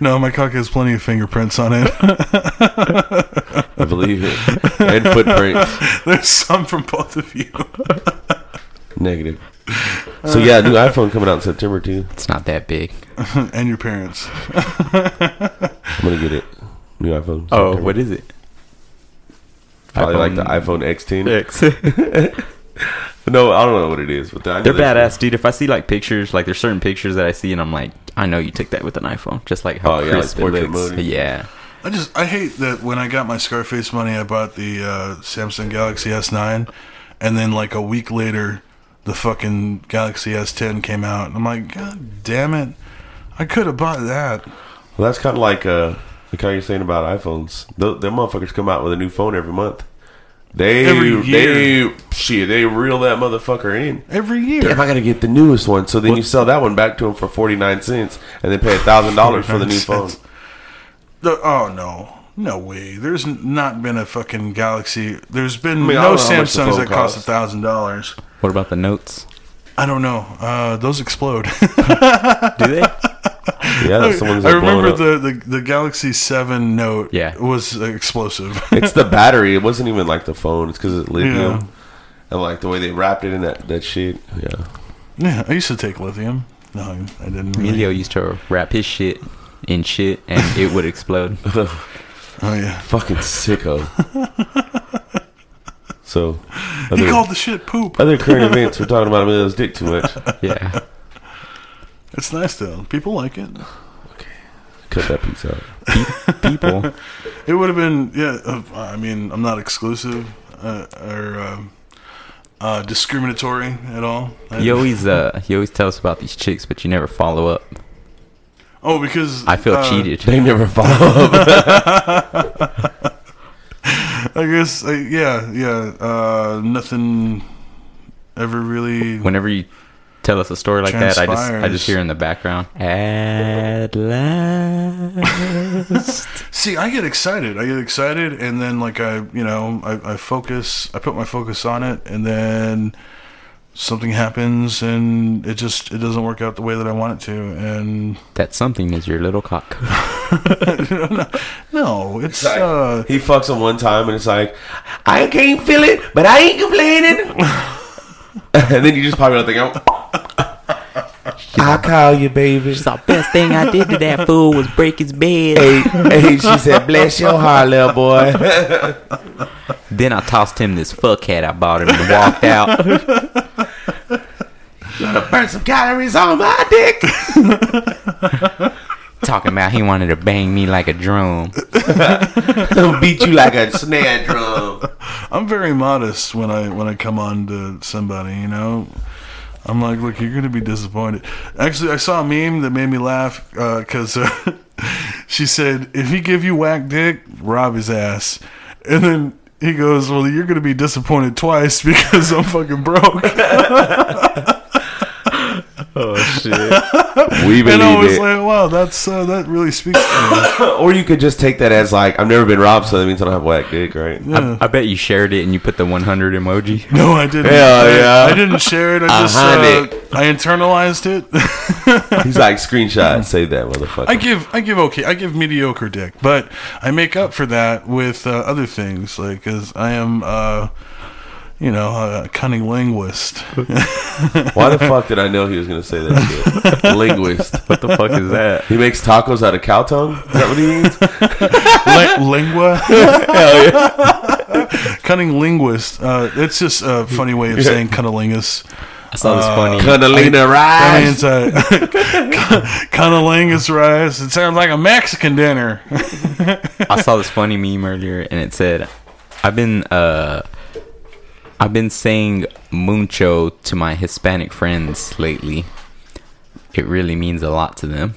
C: No, my cock has plenty of fingerprints on it.
B: I believe it. And footprints.
C: There's some from both of you.
B: Negative. So yeah, new iPhone coming out in September too.
D: it's not that big.
C: and your parents.
B: I'm gonna get it. New iPhone.
D: Oh,
B: September.
D: what is it?
B: Probably like the
D: iPhone
B: iPhone X10.
D: X.
B: No, I don't know what it is, but I know
D: They're
B: that's-
D: badass, dude. If I see like pictures, like there's certain pictures that I see, and I'm like, I know you took that with an iPhone, just like how
B: Oh, yeah, like
D: crisp it
B: portrait
D: looks.
B: mode.
D: Yeah,
C: I just I hate that when I got my Scarface money, I bought the uh, Samsung Galaxy S9, and then like a week later, the fucking Galaxy S10 came out, and I'm like, God damn it! I could have bought that.
B: Well, that's kind of like uh, like how you're saying about iPhones. Th- them motherfuckers come out with a new phone every month. They
C: Every year.
B: they shit they reel that motherfucker in.
C: Every year,
B: Damn, I gotta get the newest one. So then you sell that one back to them for forty nine cents, and then pay a thousand dollars for the new
C: 49
B: phone.
C: cents. The- oh no, no way. There's n- not been a fucking Galaxy. There's been
B: mean, I
C: no
B: don't know how much the
C: Samsungs
B: phone
C: that cost a
B: costs.
C: thousand dollars.
D: What about the notes?
C: I don't know. Uh, those explode.
D: Do they?
B: Yeah, that's the ones
C: I
B: that blow
C: remember
B: it up.
C: the, the the Galaxy Seven Note.
D: Yeah.
C: was explosive.
B: It's the battery. It wasn't even like the phone. It's because it's lithium,
C: Yeah.
B: and like the way they wrapped it in that that shit. Yeah,
C: yeah, I used to take lithium. No, I didn't. Really.
D: Emilio used to wrap his shit in shit, and it would explode.
C: Oh yeah.
B: fucking sicko. so,
C: He
B: other,
C: called the shit poop.
B: other current events we're talking about Emilio's dick too much.
D: Yeah.
C: It's nice though. People like it.
B: Cut that piece out.
D: People.
C: It would have been yeah. Uh, I mean, I'm not exclusive uh, or uh, uh, discriminatory at all. I-
D: You always uh, you always tell us about these chicks, but you never follow up.
C: Oh, because
D: I feel
C: uh,
D: cheated.
B: They never follow up.
C: I guess uh, yeah, yeah. Uh, nothing ever really.
D: Whenever you tell us a story like that, I just I
C: Transpires.
D: just hear in the background. At last.
C: See, I get excited. I get excited, and then like I, you know, I, I focus. I put my focus on it, and then something happens, and it just it doesn't work out the way that I want it to. And
D: that something is your little cock.
C: no, it's uh,
B: he fucks him one time, and it's like, I can't feel it, but I ain't complaining. and then you just pop it out the go. I'll call you, baby.
E: The best thing I did to that fool was break his bed.
B: Hey, hey, she said, bless your heart, little boy.
D: Then I tossed him this fuckhead I bought him and walked out.
B: Burn some calories on my dick.
D: Talking about he wanted to bang me like a drum.
B: I'll beat you like a snare drum.
C: I'm very modest when I when I come on to somebody, you know. I'm like, look, you're gonna be disappointed. Actually, I saw a meme that made me laugh because uh, she said, "If he give you whack dick, rob his ass," and then he goes, "Well, you're gonna be disappointed twice because I'm fucking broke." Oh,
B: We believe
C: and I was
B: it.
C: like, "Wow, that's uh, that really speaks to me."
B: or you could just take that as like, I've never been robbed, so that means I don't have whack dick, right?
D: I bet you shared it and you put the 100 emoji.
C: No, I didn't.
B: Hell
C: I,
B: yeah.
C: I didn't share it. I just
B: Uh-huh,
C: uh,
B: Nick.
C: I internalized it.
B: He's like, screenshot, save that motherfucker.
C: I give I give okay I give mediocre dick, but I make up for that with uh, other things like because I am uh, you know a cunning linguist.
B: Why the fuck did I know he was gonna say that shit? Linguist.
D: What the fuck is that?
B: He makes tacos out of cow tongue? Is that what he means?
C: Li- lingua. Cunning linguist. Uh, it's just a funny way of saying cunnilingus.
D: I saw this funny.
B: Cunnilingus
C: That
B: rice.
C: means uh, cunnilingus rice. It sounds like a Mexican dinner.
D: I saw this funny meme earlier, and it said, "I've been uh, I've been saying mucho to my Hispanic friends lately. It really means a lot to them."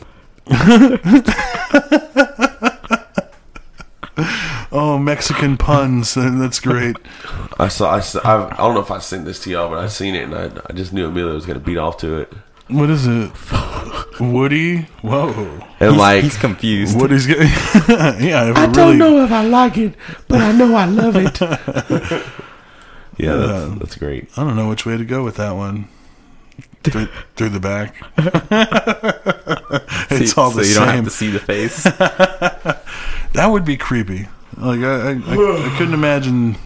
C: Oh, Mexican puns. Uh, That's great.
B: I saw. I, saw I've, I don't know if I sent this to y'all, but I seen it and I, I just knew Amelia was gonna beat off to it.
C: What is it? Woody. Whoa.
B: And
D: He's,
B: like,
D: he's confused.
C: What is getting? yeah, I really,
B: if I like it, but I know I love it. yeah, that's, that's great.
C: I don't know which way to go with that one. Through, through the back. it's all the
D: so you don't
C: same.
D: have to see the face.
C: That would be creepy. Like I, I, I, I couldn't imagine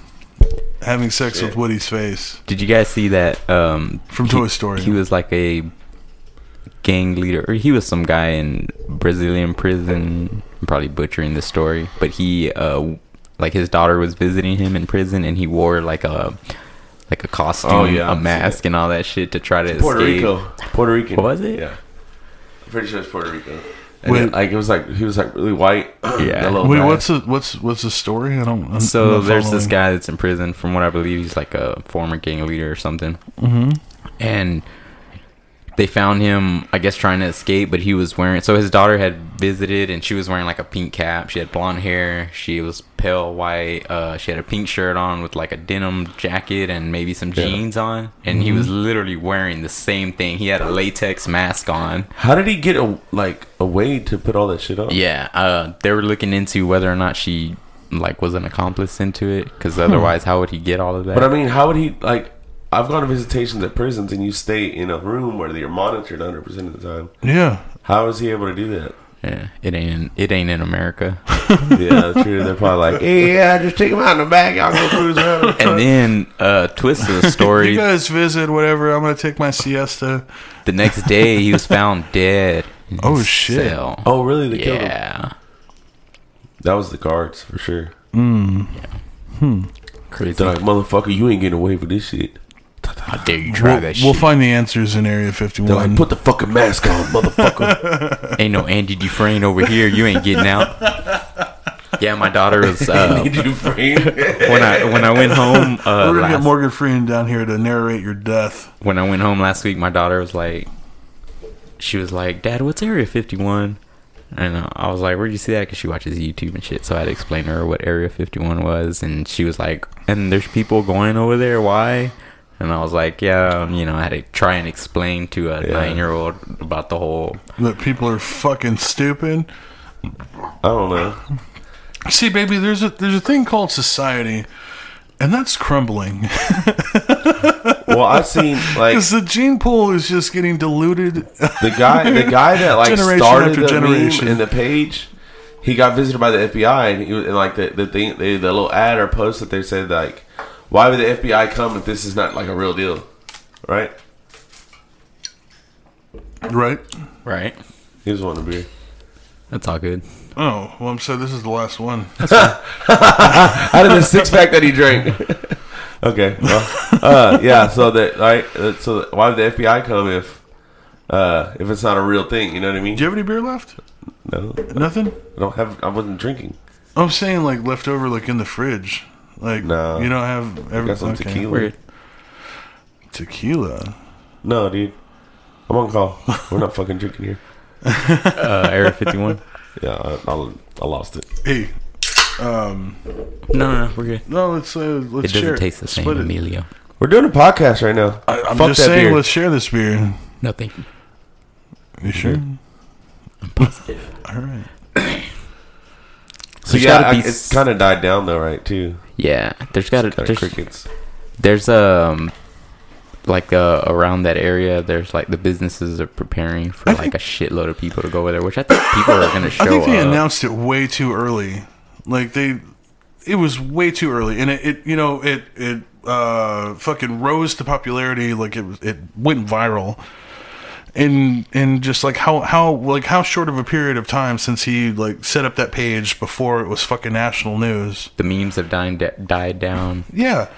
C: having sex with Woody's face
D: Did you guys see that? Um,
C: from Toy Story.
D: he was like a gang leader, or he was some guy in Brazilian prison. I'm probably butchering the story, but he, uh, like his daughter was visiting him in prison, and he wore like a like a costume,
B: Oh, yeah,
D: a
B: I've seen
D: mask, and all that shit to try to
B: Puerto
D: escape.
B: Rico, Puerto Rican.
D: What was it?
B: Yeah, I'm pretty sure it's Puerto Rico. And
C: Wait.
B: it- like it was like he was like really white.
D: Yeah.
B: That little
C: Wait,
B: guy.
C: what's the what's what's the story? I don't. I'm
D: So
C: not
D: there's this
C: following.
D: guy that's in prison. From what I believe, he's like a former gang leader or something. Mm-hmm. And they found him, I guess, trying to escape, but he was wearing. So his daughter had visited, and she was wearing like a pink cap. She had blonde hair. She was pale white. Uh, she had a pink shirt on with like a denim jacket and maybe some jeans on. And he was literally wearing the same thing. He had a latex mask on.
B: How did he get a like a way to put all that shit on?
D: Yeah, uh, they were looking into whether or not she like was an accomplice into it, because otherwise, how would he get all of that?
B: But I mean, how would he like? I've gone to visitations at prisons, and you stay in a room where you're monitored 100 percent of the time.
C: Yeah,
B: How is he able to do that?
D: Yeah, it ain't it ain't in America.
B: Yeah, that's true. They're probably like, hey, yeah, just take him out in the back. Y'all go cruise around.
D: and then uh, twist of the story:
C: you guys visit whatever. I'm gonna take my siesta.
D: the next day he was found dead. in
C: Oh,
D: his
C: shit.
D: cell.
B: Oh, really? They killed him.
D: yeah,
B: That was the guards for sure.
D: crazy.
B: They're like, motherfucker, you ain't getting away with this shit.
D: How dare you try
C: we'll,
D: that
C: we'll
D: shit?
C: find the answers in Area
B: They're like,
C: 51.
B: put the fucking mask on, motherfucker.
D: ain't no Andy Dufresne over here. You ain't getting out. Yeah, my daughter was uh,
B: Did you frame?
D: when I when I went home. Uh,
C: We're gonna
D: last,
C: get Morgan Freeman down here to narrate your death.
D: when I went home last week, my daughter was like, she was like, Dad, what's Area 51? And I was like, where would you see that? Because she watches YouTube and shit. So I had to explain to her what Area 51 was. And she was like, and there's people going over there. Why? And I was like, yeah, um, you know, I had to try and explain to a nine year old about the whole.
C: That people are fucking stupid.
B: I don't know.
C: See, baby, there's a there's a thing called society, and that's crumbling.
B: Well, I seen like
C: Because the gene pool is just getting diluted.
B: the guy, the guy that like
C: Generation
B: started
C: after
B: the
C: generation.
B: meme in the page. He got visited by the FBI, and, he was, and like the the thing, the, the little ad or post that they said like, why would the FBI come if this is not like a real deal, right?
C: right?
D: Right?
B: He was wanting a beer.
D: That's all good.
C: Oh, well, I'm sorry. This is the last one.
B: out of the six pack that he drank. okay. Well, uh, yeah. So that right. uh, So why would the FBI come if uh, if it's not a real thing? You know what I mean?
C: Do you have any beer left?
B: No, I
C: Nothing?
B: don't have. I wasn't drinking.
C: I'm saying, like, left over, like, in the fridge. Like,
B: No.
C: you don't have
B: I
C: every,
B: got some
C: okay.
B: tequila.
D: Weird.
C: Tequila.
B: No, dude. I'm on call. We're not fucking drinking here.
D: Uh, Area 51?
B: Yeah, I, I, I lost it.
C: Hey,
D: No, no, no, we're good.
C: no, let's, uh,
D: It
C: let's
D: doesn't
C: share
D: taste the same,
C: Split it.
D: Emilio.
B: We're doing a podcast right now.
C: I, I'm just saying, let's share this beer.
D: No, thank you.
C: You sure?
D: Positive.
C: All right.
B: so
D: There's
B: yeah,
D: gotta
B: I,
D: be
B: it's kind of died down though, right? Too
D: Yeah, there's got to
B: kind of
D: there's,
B: crickets.
D: there's um like uh, around that area there's like the businesses are preparing for
C: I
D: like
C: think-
D: a shitload of people to go over there which i think people are gonna show
C: I think they
D: up
C: announced it way too early. Like they, it was way too early, and it, it you know, it it uh, fucking rose to popularity. Like it was- it went viral, and and just like how how like how short of a period of time since he like set up that page before it was fucking national news.
D: the memes have died, died down
C: Yeah,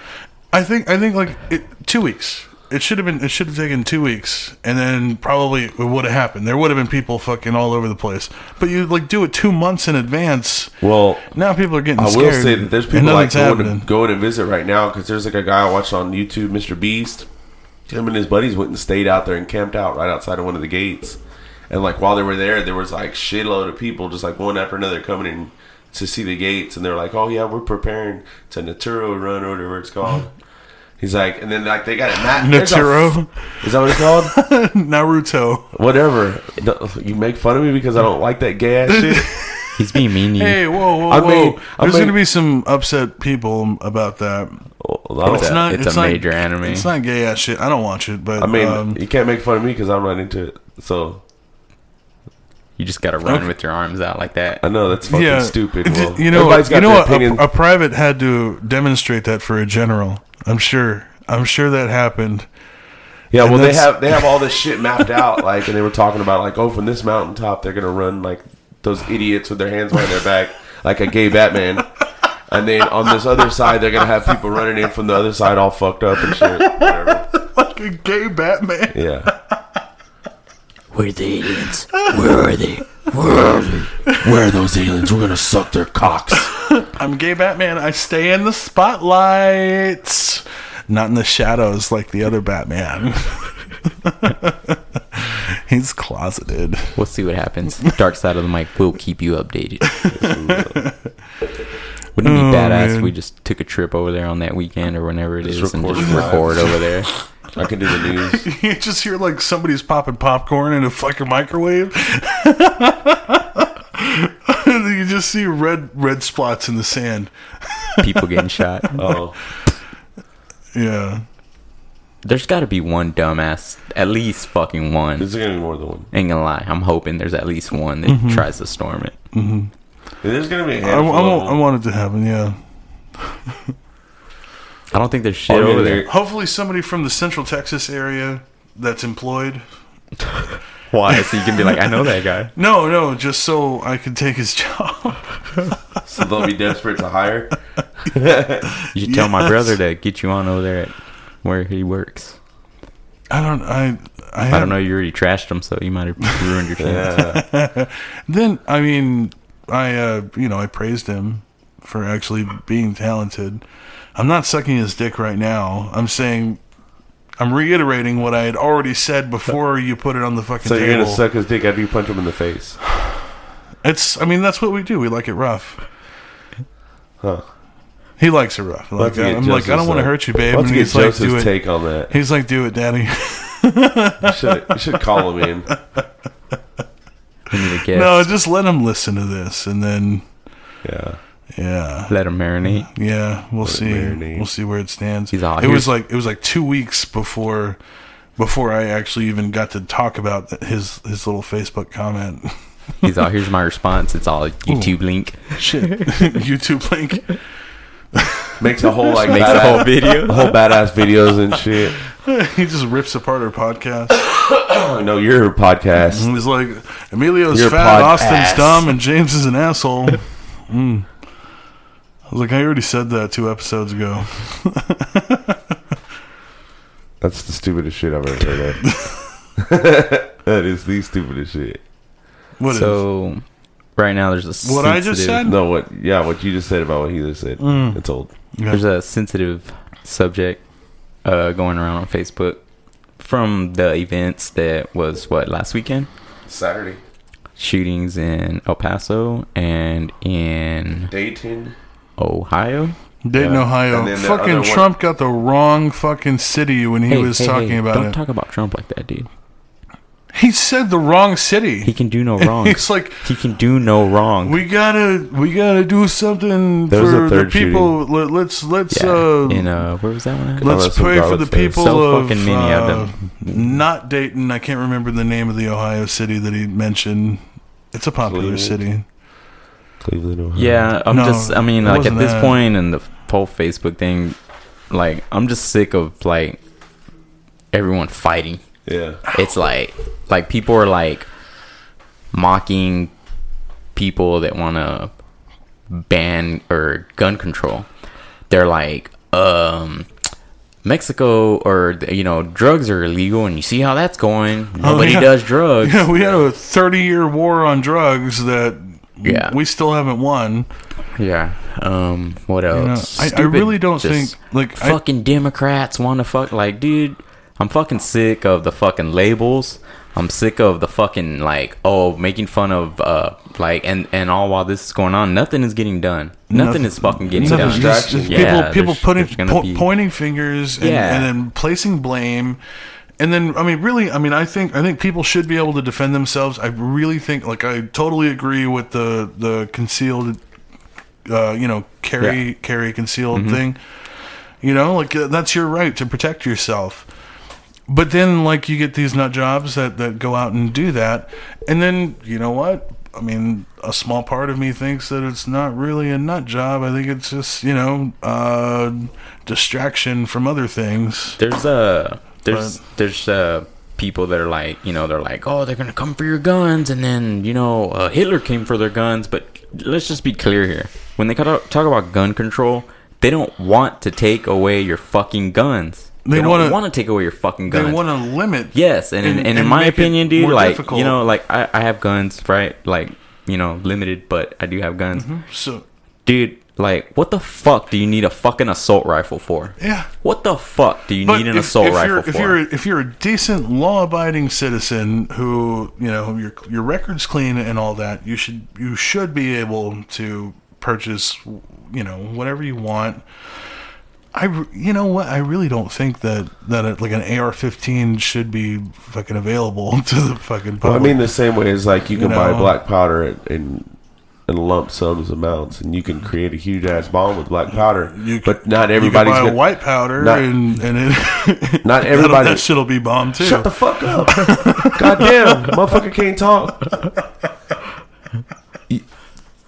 C: I think I think like it, two weeks. It should have been. It should have taken two weeks, and then probably it would have happened. There would have been people fucking all over the place. But you like do it two months in advance.
B: Well,
C: Now people are getting.
B: I
C: scared
B: will say that there's
C: and
B: people like
C: nothing's
B: going
C: happening.
B: to, going to visit right now because there's like a guy I watched on YouTube, Mr. Beast. Him and his buddies went and stayed out there and camped out right outside of one of the gates. And like while they were there, there was like shitload of people just like one after another coming in to see the gates. And they're like, "Oh yeah, we're preparing to Naturo Run or whatever it's called." He's like, and then like they got a map. there's a-
C: Naturo?
B: is that what it's called?
C: Naruto.
B: Whatever. No, You make fun of me because I don't like that gay ass shit.
D: he's being mean to you.
C: Hey, whoa, whoa,
B: I
C: whoa!
B: mean- I
C: there's
B: mean-
C: going to be some upset people about that.
B: Well, I don't-
C: It's not.
D: it's
C: It's,
D: a
C: not-
D: major anime.
C: It's not gay ass shit. I don't watch it, but
B: I mean,
C: um,
B: you can't make fun of me because I'm not into it. So
D: you just gotta run
C: Okay.
D: with your arms out like that
B: I know that's fucking stupid.
C: It-
B: Well,
C: you know,
B: everybody's got
C: you know
B: their
C: what?
B: opinion.
C: A, a private had to demonstrate that for a general. I'm sure. I'm sure that happened.
B: yeah, well, they
C: that's-
B: have they have all this shit mapped out, like, and they were talking about like, oh, from this mountaintop, they're gonna run like those idiots with their hands behind their back, like a gay Batman, and then on this other side, they're gonna have people running in from the other side, all fucked up and shit. Whatever.
C: Like a gay Batman.
B: Yeah,
E: Where's the aliens? Where are they?
B: Where are those aliens? We're gonna suck their cocks.
C: I'm gay Batman. I stay in the spotlights, not in the shadows like the other Batman. He's closeted.
D: We'll see what happens. Dark side of the mic will keep you updated. Wouldn't
C: Oh,
D: it be badass if we just took a trip over there on that weekend or whenever it is and
B: record
D: just
B: live.
D: record over there?
B: I can do the news.
C: You just hear like somebody's popping popcorn in a fucking microwave. And then you just see red red spots in the sand.
D: People getting shot.
B: Oh,
C: Yeah.
D: There's got to be one dumbass, at least fucking one.
B: there's gonna be more than one.
D: Ain't gonna lie, I'm hoping there's at least one that
C: Mm-hmm.
D: tries to storm it.
B: There's gonna be. A
C: I, I,
B: handful
C: want,
B: of
C: I
B: them.
C: want it to happen, yeah.
D: I don't think there's shit
B: Oh, yeah,
D: over
B: there-
D: there.
C: Hopefully somebody from the central Texas area that's employed.
D: Why? So you can be like, I know that guy.
C: No, no, just so I can take his job.
B: So they'll be desperate to hire.
D: You should tell my
C: Yes.
D: brother to get you on over there at where he works.
C: I don't I I,
D: I don't know. You already trashed him, so you might have ruined your chance.
B: Yeah.
C: Then I mean, I uh, you know I praised him for actually being talented. I'm not sucking his dick right now. I'm saying, I'm reiterating what I had already said before you put it on the fucking
B: So you're
C: table.
B: gonna suck his dick after you punch him in the face,
C: It's I mean that's what we do. We like it rough.
B: huh?
C: He likes it rough. Like,
B: to get
C: I'm like I don't
B: Joseph's,
C: want to
B: uh,
C: hurt you, babe.
B: Let's
C: And
B: get
C: he's like,
B: Joseph's
C: do it.
B: take on that.
C: He's like, do it, daddy.
B: You should, you should call him in.
D: You need to guess.
C: no, just let him listen to this, and then
B: Yeah.
C: yeah.
D: Let him marinate.
C: Yeah, we'll see.
B: marinate.
C: We'll see where it stands.
D: He's all,
C: it was
D: "Here's-"
C: like it was like two weeks before before I actually even got to talk about th- his his little Facebook comment.
D: He's all, here's my response. It's all YouTube link.
C: Shit, YouTube link.
B: Makes a whole like
D: Makes a
B: badass-
D: whole video.
B: whole badass videos and shit.
C: He just rips apart our podcast.
B: Oh, no, your podcast.
C: And he's like, Emilio's
B: Your
C: fat,
B: podcast.
C: Austin's dumb, and James is an asshole. Mm. I was like, I already said that two episodes ago.
B: That's the stupidest shit I've ever heard of. that is the stupidest shit.
C: What is
D: So right now there's a
C: What I just
D: sensitive-
C: said?
B: No, what? Yeah, what you just said about what he just said. It's old.
D: There's a sensitive subject uh, going around on Facebook from the events that was what last weekend
B: Saturday,
D: shootings in El Paso and in
B: Dayton.
D: Ohio.
C: Dayton,
B: Yeah.
C: Ohio.
B: And then the
C: fucking
B: other one-
C: Trump got the wrong fucking city when he
D: Hey,
C: was
D: hey, hey,
C: talking about
D: don't
C: it.
D: talk about Trump like that, dude.
C: he said the wrong city.
D: He can do no wrong.
C: He's like,
D: he can do no wrong.
C: we gotta, we gotta do something
B: There was
C: for
B: a
C: the
B: third
C: people. Let, let's, let's,
D: yeah.
C: uh,
D: in uh, where was that one? At?
B: Oh, that's
C: let's
B: what
C: pray for
B: Garland
C: the
B: said.
C: people
D: So
C: of,
D: fucking many of
C: uh, not Dayton. I can't remember the name of the Ohio city that he mentioned. It's a popular
B: Cleveland?
C: city.
B: Cleveland, Ohio.
D: Yeah, I'm
C: No,
D: just. I mean,
C: it
D: like at
C: wasn't
D: this
C: that.
D: point in the whole Facebook thing, like I'm just sick of like everyone fighting.
B: yeah.
D: It's like like people are like mocking people that want to ban or gun control. They're like, um. Mexico or you know drugs are illegal and you see how that's going nobody
C: Oh, yeah.
D: does drugs
C: Yeah, we had a thirty-year war on drugs that
D: Yeah.
C: we still haven't won.
D: Yeah. Um. What
C: know,
D: else?
C: I- I
D: Stupid,
C: really don't
D: just
C: think- like, I-
D: fucking Democrats want to fuck like dude. I'm fucking sick of the fucking labels. I'm sick of the fucking like oh making fun of uh like and and all while this is going on nothing is getting done. Nothing,
C: Nothing-
D: is fucking getting
C: Nothing,
D: done.
C: just- just people
D: Yeah,
C: people
D: there's-
C: putting
D: there's gonna
C: po-
D: be-
C: pointing fingers and,
D: Yeah.
C: and then placing blame and then i mean really i mean i think i think people should be able to defend themselves i really think like i totally agree with the the concealed uh you know carry
D: Yeah. Mm-hmm.
C: carry concealed thing you know like uh, that's your right to protect yourself but then like you get these nut jobs that that go out and do that and then you know what i mean a small part of me thinks that it's not really a nut job i think it's just you know uh distraction from other things
D: There's uh there's there's uh people that are like you know they're like oh they're gonna come for your guns and then you know uh, Hitler came for their guns but let's just be clear here when they cut out- talk about gun control they don't want to take away your fucking guns
C: They
D: They,
C: wanna-
D: don't want to take away your fucking
C: They
D: guns.
C: want to limit.
D: Yes, and,
C: and-
D: and,
C: and
D: in my
C: make it
D: opinion, dude,
C: more
D: like
C: difficult.
D: you know, like I, I have guns, right? Like you know, limited, but I do have guns,
C: So
D: dude. Like, what the fuck do you need a fucking assault rifle for?
C: Yeah.
D: What the fuck do you
C: But
D: need an
C: if-
D: assault
C: if
D: rifle
C: you're,
D: for?
C: If you're if you're a decent law-abiding citizen who you know your your records clean and all that, you should you should be able to purchase you know whatever you want. I re- you know what I really don't think that that it, like an AR-15 should be fucking available to the fucking public.
B: Well, I mean, the same way as like you can buy
C: know.
B: black powder in, in in lump sums amounts, and you can create a huge ass bomb with black powder.
C: You
B: but
C: can-
B: not
C: you can
B: everybody's
C: buy
B: gonna,
C: a white powder
B: not-
C: and and it,
B: Not
C: that'll-
B: everybody.
C: that shit'll be bombed too.
B: Shut the fuck up! Goddamn, motherfucker can't talk.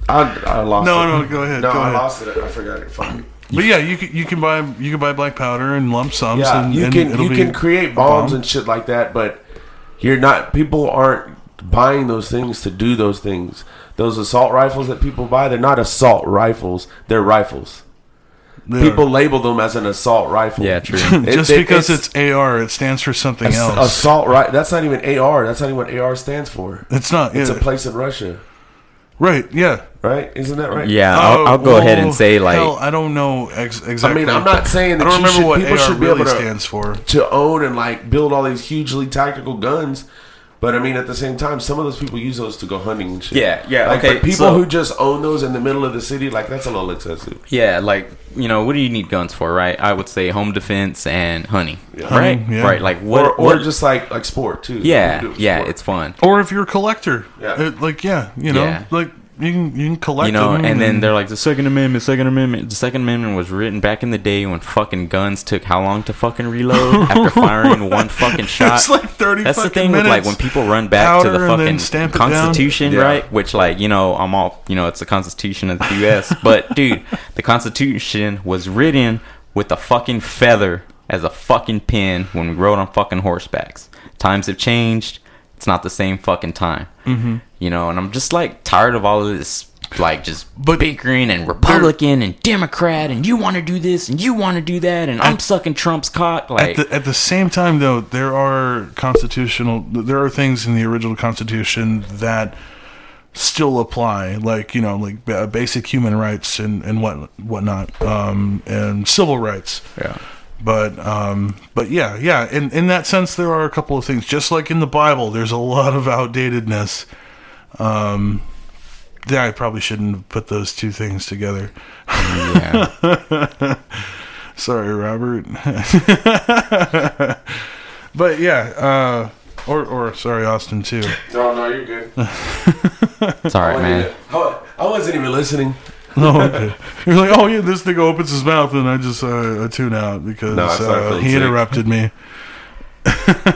B: I, I lost.
C: No,
B: it.
C: no, go ahead,
B: No,
C: go
B: I
C: ahead.
B: lost it. I forgot it. Fuck it.
C: But yeah, you can you can buy you can buy black powder and lump sums.
B: Yeah,
C: and,
B: you
C: and
B: can
C: it'll
B: you
C: be
B: can create bombs
C: bomb.
B: and shit like that, but you're not. People aren't buying those things to do those things. Those assault rifles that people buy, they're not assault rifles. They're rifles.
C: Yeah.
B: People label them as an assault rifle.
D: Yeah, true. Just
B: It-
C: just
B: it-
C: because it's, AR, it stands for something
B: ass-
C: else.
B: assault right. That's not even AR. That's not even what AR stands for.
C: it's not.
B: It's
C: yeah.
B: a place in Russia,
C: right? Yeah.
B: right? Isn't that right?
D: yeah, I'll,
C: Uh,
D: I'll go ahead and
C: well,
D: say like
C: hell, I don't know ex-
B: I
C: exactly.
B: mean, I'm not saying
C: I
B: that
C: don't
B: you
C: remember
B: should,
C: what
B: people
C: AR
B: should be
C: really
B: able to
C: stands for.
B: to own and like build all these hugely tactical guns. But I mean, at the same time, some of those people use those to go hunting and shit.
D: Yeah, yeah,
B: Like,
D: okay,
B: But people
D: so-
B: who just own those in the middle of the city, like that's a little excessive.
D: yeah, like you know, what do you need guns for? Right? I would say home defense and hunting, right?
C: Hunting, yeah.
D: Right? Like what?
B: or, or
D: what-
B: just like like sport too. You
D: yeah,
B: do
D: yeah,
B: sport.
D: it's fun.
C: Or if you're a collector,
B: Yeah.
C: It- like yeah, you know,
D: Yeah.
C: like you can you can collect.
D: you know,
C: them
D: and then they're like the Second Amendment, Second Amendment. The Second Amendment was written back in the day when fucking guns took how long to fucking reload after firing one fucking shot.
C: It's like 30
D: That's the
C: fucking
D: thing with like
C: minutes.
D: when people run back to the
C: Powder and then
D: fucking
C: stamp it down.
D: Constitution,
B: Yeah.
D: right? Which like you know, I'm all you know, it's the Constitution of the U.S. but dude, the Constitution was written with a fucking feather as a fucking pin when we rode on fucking horsebacks. Times have changed. It's not the same fucking time
C: Mm-hmm.
D: you know and i'm just like tired of all of this like just
C: But-
D: bickering and republican and democrat and you want to do this and you want to do that and i'm sucking trump's cock
C: At
D: like
C: the, at the same time, though, there are constitutional there are things in the original Constitution that still apply, like you know, like ba- basic human rights and and what whatnot, um, and civil rights.
D: yeah
C: But um, but yeah, yeah. In in that sense, there are a couple of things. Just like in the Bible, there's a lot of outdatedness. Um, yeah, I probably shouldn't have put those two things together.
D: yeah
C: Sorry, Robert. but yeah, uh, or or sorry, Austin too.
B: No, no, you're good.
D: it's all
C: Oh,
D: right man
B: I Oh, I wasn't even listening.
C: No, okay. you're like, oh yeah, this nigga opens his mouth, and I just uh, I tune out because
B: No, it's not
C: uh,
B: feeling
C: he
B: sick.
C: interrupted me.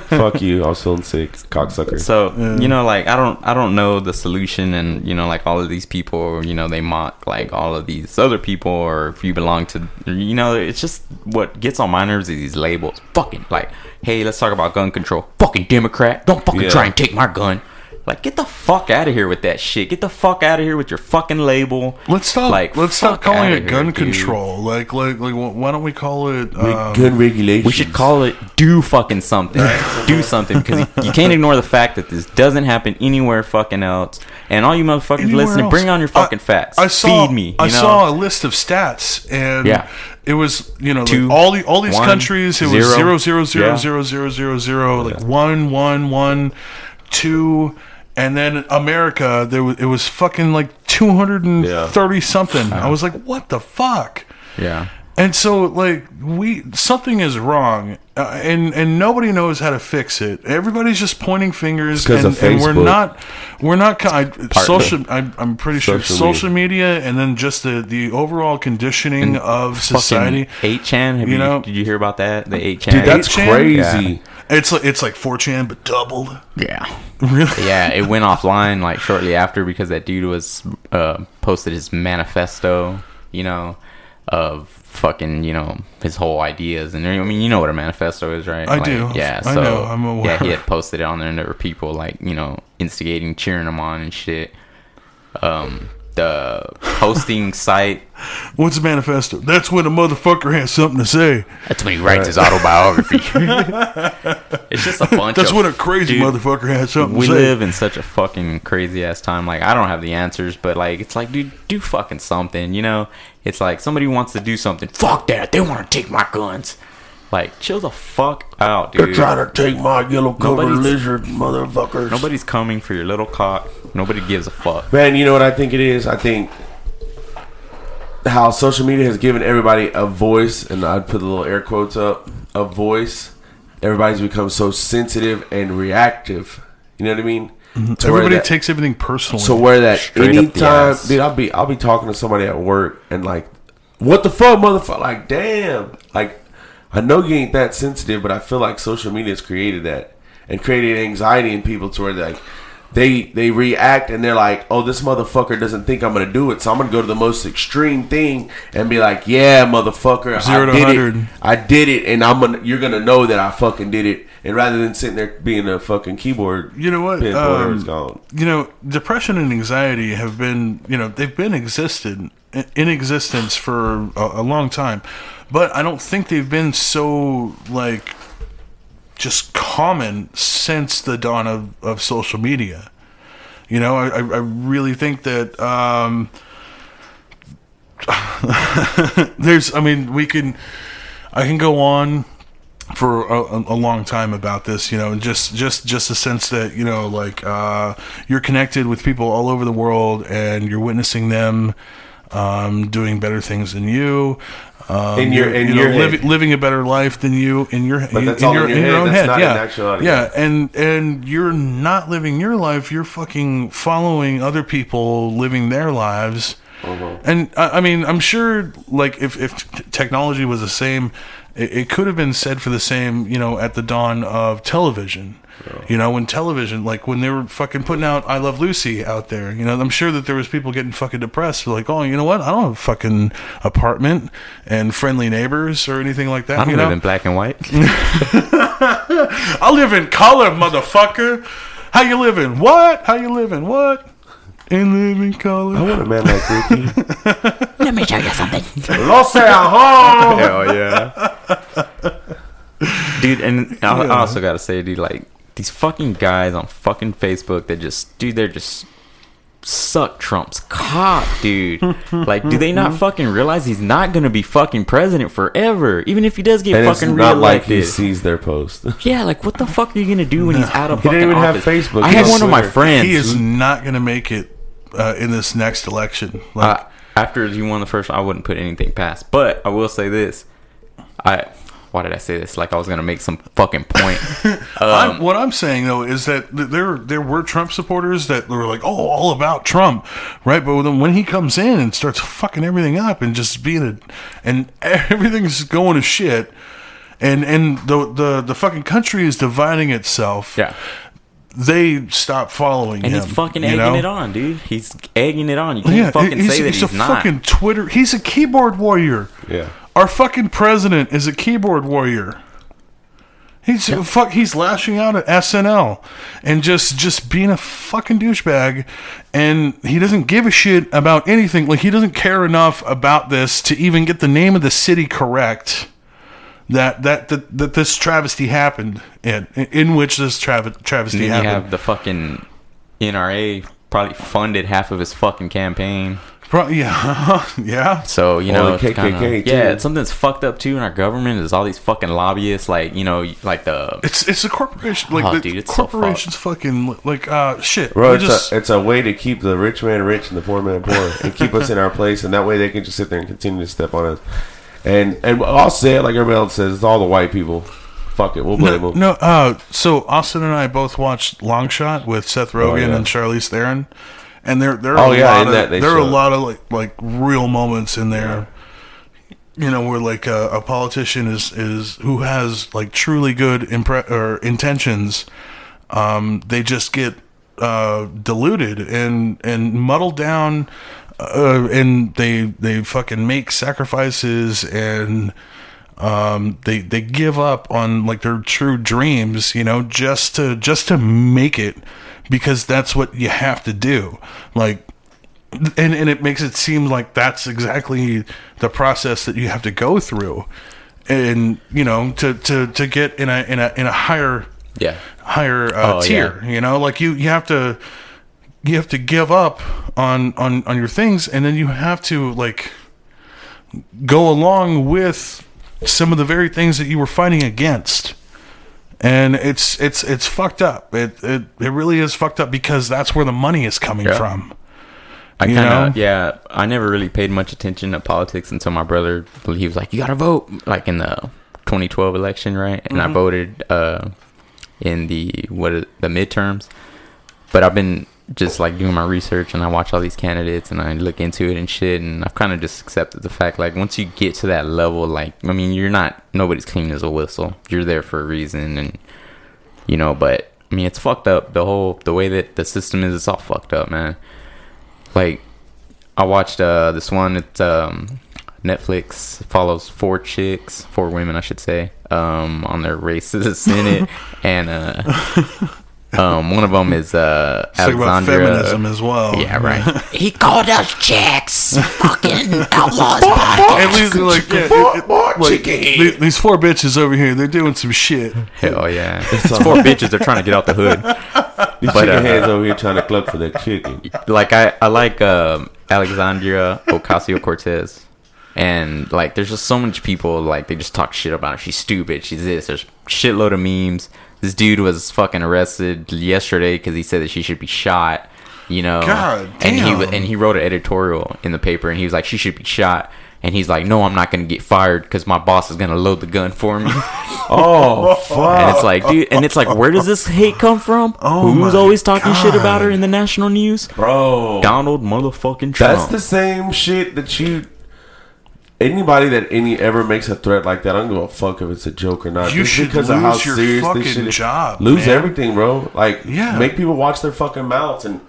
B: Fuck you. I was feeling sick, cocksucker.
D: so you know like i don't i don't know the solution and you know like all of these people you know they mock like all of these other people or if you belong to you know it's just what gets on my nerves is these labels fucking like hey let's talk about gun control fucking democrat don't fucking
B: Yeah.
D: try and take my gun like get the fuck out of here with that shit get the fuck out of here with your fucking label
C: Let's stop.
D: Like,
C: let's stop
D: fuck
C: calling
D: outta
C: it
D: here,
C: gun
D: dude.
C: control. Like like like, wh- why don't we call it? Um,
B: Good regulation.
D: we should call it do fucking something do something because you, you can't ignore the fact that this doesn't happen anywhere fucking else and all you motherfuckers
C: Anywhere
D: listening
C: else.
D: bring on your fucking
C: I-
D: facts
C: I saw,
D: feed me you
C: I
D: know?
C: saw a list of stats, and
D: Yeah.
C: it was you know like,
D: Two,
C: all the all these
D: one,
C: countries. It was zero
D: zero.
C: zero zero
D: Yeah.
C: zero zero zero zero like one one one two, and then America. There was it was fucking like two hundred and thirty something. I was like, what the fuck.
D: yeah
C: And so, like we, something is wrong, uh, and and nobody knows how to fix it. Everybody's just pointing fingers,
B: 'cause
C: and,
B: of
C: and we're
B: Facebook.
C: not, we're not. co- I, social, I, I'm pretty sure
B: Social media.
C: social media, and then just the the overall conditioning of society.
D: Eight Chan, have
C: You
D: you,
C: know-
D: did you hear about that? The eight Chan,
B: Dude, that's
C: 8chan?
B: crazy.
C: It's like it's like 4chan, but doubled.
D: yeah, yeah. It went offline like shortly after because that dude was uh, posted his manifesto, you know, of fucking, you know, his whole ideas. And I mean, you know what a manifesto is, right?
C: I do.
D: Yeah,
C: I
D: so
C: know. I'm aware.
D: yeah, he had posted it on there, and there were people like you know instigating, cheering him on and shit. Um, the hosting site.
C: What's a manifesto? That's when a motherfucker has something to say.
D: That's when he writes his autobiography. it's just a bunch.
C: That's
D: of,
C: when a crazy
D: dude,
C: motherfucker has something
D: We
C: to say.
D: live in such a fucking crazy ass time. Like I don't have the answers, but like it's like, dude, do fucking something. You know, it's like somebody wants to do something. Fuck that. They want to take my guns. Like chill the fuck out, dude.
B: to take my yellow covered
D: Nobody's-
B: lizard, motherfuckers.
D: Nobody's coming for your little cock. Nobody gives a fuck.
B: Man, you know what I think it is? I think how social media has given everybody a voice, and I'd put the little air quotes up, a voice. Everybody's become so sensitive and reactive. You know what I mean? To where
C: Everybody
B: that-
C: takes everything personally.
B: So where that
D: Straight up the
B: anytime,
D: ass.
B: dude, I'll be I'll be talking to somebody at work and like, what the fuck, motherfucker? Like, damn, like, I know you ain't that sensitive, but I feel like social media has created that and created anxiety in people to where like. They, they react and they're like, oh, this motherfucker doesn't think I'm gonna do it, so I'm gonna go to the most extreme thing and be like, yeah, motherfucker,
C: Zero
B: I
C: to
B: did
C: 100.
B: it, I did it, and I'm gonna, you're gonna know that I fucking did it, and rather than sitting there being a fucking keyboard,
C: You know what?
B: pimp or whatever
C: Um,
B: it's called.
C: you know, depression and anxiety have been, you know, they've been existed in existence for a, a long time, but I don't think they've been so like just common since the dawn of, of social media. You know, I, I I really think that um, there's, I mean, we can, I can go on for a, a a long time about this, you know, and just just just the sense that you know, like uh, you're connected with people all over the world, and you're witnessing them um, doing better things than you. Um,
B: In your-
C: you're,
B: in
C: you know,
B: your head.
C: living, living a better life than you in your
B: But
C: in,
B: that's
C: in
B: all
C: your,
B: in your
C: in your
B: head.
C: own
B: That's
C: head.
B: not in
C: yeah.
B: actuality.
C: Yeah, and and you're not living your life. You're fucking following other people living their lives.
B: Uh-huh.
C: And I, I mean, I'm sure like if if t- technology was the same, it, it could have been said for the same. You know, at the dawn of television. You know, when television, like when they were fucking putting out "I Love Lucy" out there, you know, I'm sure that there was people getting fucking depressed, like, oh, you know what? I don't have a fucking apartment and friendly neighbors or anything like that.
D: I don't
C: you
D: live
C: know?
D: in black and white.
C: I live in color, motherfucker. How you living? What? How you living? What? In living color.
B: I want a man like Ricky.
E: Let me tell you something.
B: Los Angeles.
D: Hell yeah. dude, and I, I also gotta say, dude, like these fucking guys on fucking Facebook that just, dude, they're just suck Trump's cock, dude. like, do they not fucking realize he's not gonna be fucking president forever? Even if he does get
B: And it's
D: fucking
B: not like he
D: reelected.
B: sees their post.
D: yeah, like what the fuck are you gonna do when he's out of
B: He
D: fucking
B: didn't even have
D: office?
B: Facebook.
D: I
B: He
D: had
B: was
D: one of my
B: Twitter.
D: friends.
C: He is
D: who-
C: not gonna make it uh, in this next election. Like,
D: I- after he won the first, I wouldn't put anything past. But I will say this: I why did I say this? Like I was gonna make some fucking point. um,
C: I'm, what I'm saying though is that th- there there were Trump supporters that were like, oh, all about Trump, right? But then when he comes in and starts fucking everything up and just being a, and everything's going to shit, and and the the the fucking country is dividing itself.
D: yeah,
C: they stop following
D: and
C: him.
D: he's fucking
C: you
D: egging
C: know?
D: it on, dude. He's egging it on. You can't
C: Yeah,
D: fucking
C: he's,
D: say that
C: he's
D: he's,
C: a
D: not.
C: fucking Twitter. He's a keyboard warrior.
B: Yeah.
C: Our fucking president is a keyboard warrior. He's fuck. He's lashing out at SNL and just just being a fucking douchebag, and he doesn't give a shit about anything. Like he doesn't care enough about this to even get the name of the city correct. That that that, that this travesty happened in in which this trav- travesty
D: and then
C: happened.
D: you have the fucking NRA probably funded half of his fucking campaign.
C: Pro- yeah, yeah.
D: So you
B: Or
D: know,
B: the
D: it's
B: KKK
D: kinda-
B: too.
D: yeah, it's something's fucked up too in our government. Is all these fucking lobbyists, like you know, like the
C: It's it's a corporation. Like
D: Oh,
C: the
D: dude, it's so fucked.
C: corporations, fucking like uh shit.
B: Bro, it's,
C: They just-
B: a, it's a way to keep the rich man rich and the poor man poor and keep us in our place, and that way they can just sit there and continue to step on us. And and I'll say it like everybody else says, it's all the white people. Fuck it, we'll blame them.
C: no, uh, so Austin and I both watched Long Shot with Seth Rogen
B: Oh, yeah.
C: and Charlize Theron, and there there
B: Oh,
C: are a
B: yeah,
C: lot
B: in
C: of
B: that they
C: there are a
B: show it.
C: lot of like like real moments in there. You know, where like a, a politician is is who has like truly good impre- or intentions, um, they just get uh, diluted and and muddled down, uh, and they they fucking make sacrifices and um, they they give up on like their true dreams, you know, just to just to make it because that's what you have to do. Like and and it makes it seem like that's exactly the process that you have to go through, and you know to to to get in a in a in a higher
D: Yeah.
C: higher uh,
D: Oh,
C: tier. You know, like you you have to you have to give up on on on your things, and then you have to like go along with some of the very things that you were fighting against. And it's it's it's fucked up. It it, it really is fucked up because that's where the money is coming
D: Yeah.
C: from.
D: I
C: You
D: kind of
C: know?
D: yeah. I never really paid much attention to politics until my brother he was like, "You gotta vote," like in the 2012 election, right? And
C: Mm-hmm.
D: I voted uh, in the what is- the midterms. But I've been just like doing my research and I watch all these candidates and I look into it and shit and I've kind of just accepted the fact like once you get to that level, like I mean, you're not nobody's clean as a whistle. You're there for a reason and you know. But I mean, it's fucked up. The whole the way that the system is, it's all fucked up, man like I watched uh this one it's um Netflix follows four chicks, four women I should say, um on their race to the Senate and uh um one of them is uh
C: It's like about
D: Alexandra-
C: feminism as well.
D: Yeah, right.
E: He called us chicks. Fucking outlaws podcast.
C: At least like, yeah, it- it- like, the- these four bitches over here, they're doing some shit.
D: Hell yeah. It's four bitches they're trying to get out the hood.
B: These
D: But,
B: chicken
D: uh,
B: heads over here trying to cluck for that chicken.
D: like I, I like um, Alexandria Ocasio Cortez, and like there's just so much people like they just talk shit about her. She's stupid. She's this. There's shitload of memes. This dude was fucking arrested yesterday because he said that she should be shot. You know,
C: God
D: and he wa-
C: damn.
D: and he wrote an editorial in the paper, and he was like, she should be shot. And he's like, no, I'm not gonna get fired because my boss is gonna load the gun for me.
B: Oh, fuck.
D: And it's like, dude, and it's like, where does this hate come from?
C: Oh
D: Who's
C: my
D: always talking shit about her
C: God.
D: in the national news?
B: Bro.
D: Donald motherfucking Trump.
B: That's the same shit that you. Anybody that any ever makes a threat like that, I don't give a fuck if it's a joke or not.
C: You should lose your fucking
B: is.
C: job,
B: Lose
C: man.
B: everything, bro. Like,
C: Yeah.
B: make people watch their fucking mouths. And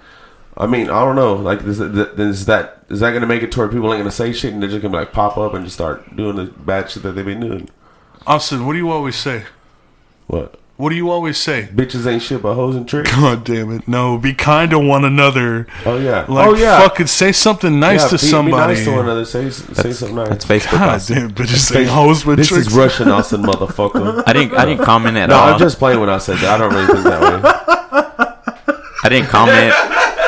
B: I mean, I don't know. Like, is, that- is that is that gonna make it to where people ain't gonna say shit and they're just gonna like pop up and just start doing the bad shit that they've been doing?
C: Austin, what do you always say?
B: What?
C: What do you always say?
B: Bitches ain't shit but hoes and tricks.
C: God damn it! No, be kind to one another.
B: Oh yeah.
C: Like,
B: oh yeah.
C: fucking say something nice
B: Yeah,
C: to
B: be-
C: somebody.
B: Be nice to one another. Say say something nice.
D: That's Facebook.
C: God
D: us.
C: damn, bitches say hoes with
B: this
C: tricks.
B: is Russian Austin, motherfucker.
D: I didn't. I didn't comment at
B: No,
D: all.
B: I'm just playing when I said that. I don't really think that way.
D: I didn't comment.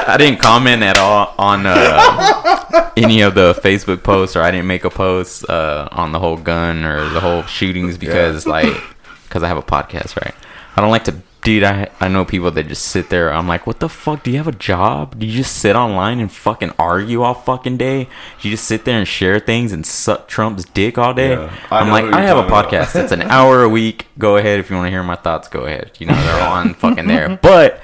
D: I didn't comment at all on uh, any of the Facebook posts, or I didn't make a post uh, on the whole gun or the whole shootings because, like, because I have a podcast, right? I don't like to, dude. I I know people that just sit there. I'm like, what the fuck? Do you have a job? Do you just sit online and fucking argue all fucking day? Do you just sit there and share things and suck Trump's dick all day?
B: Yeah, I
D: I'm
B: know
D: like,
B: who you're
D: I have a
B: talking about.
D: podcast. It's an hour a week. Go ahead if you want to hear my thoughts. Go ahead. You know they're on fucking there. But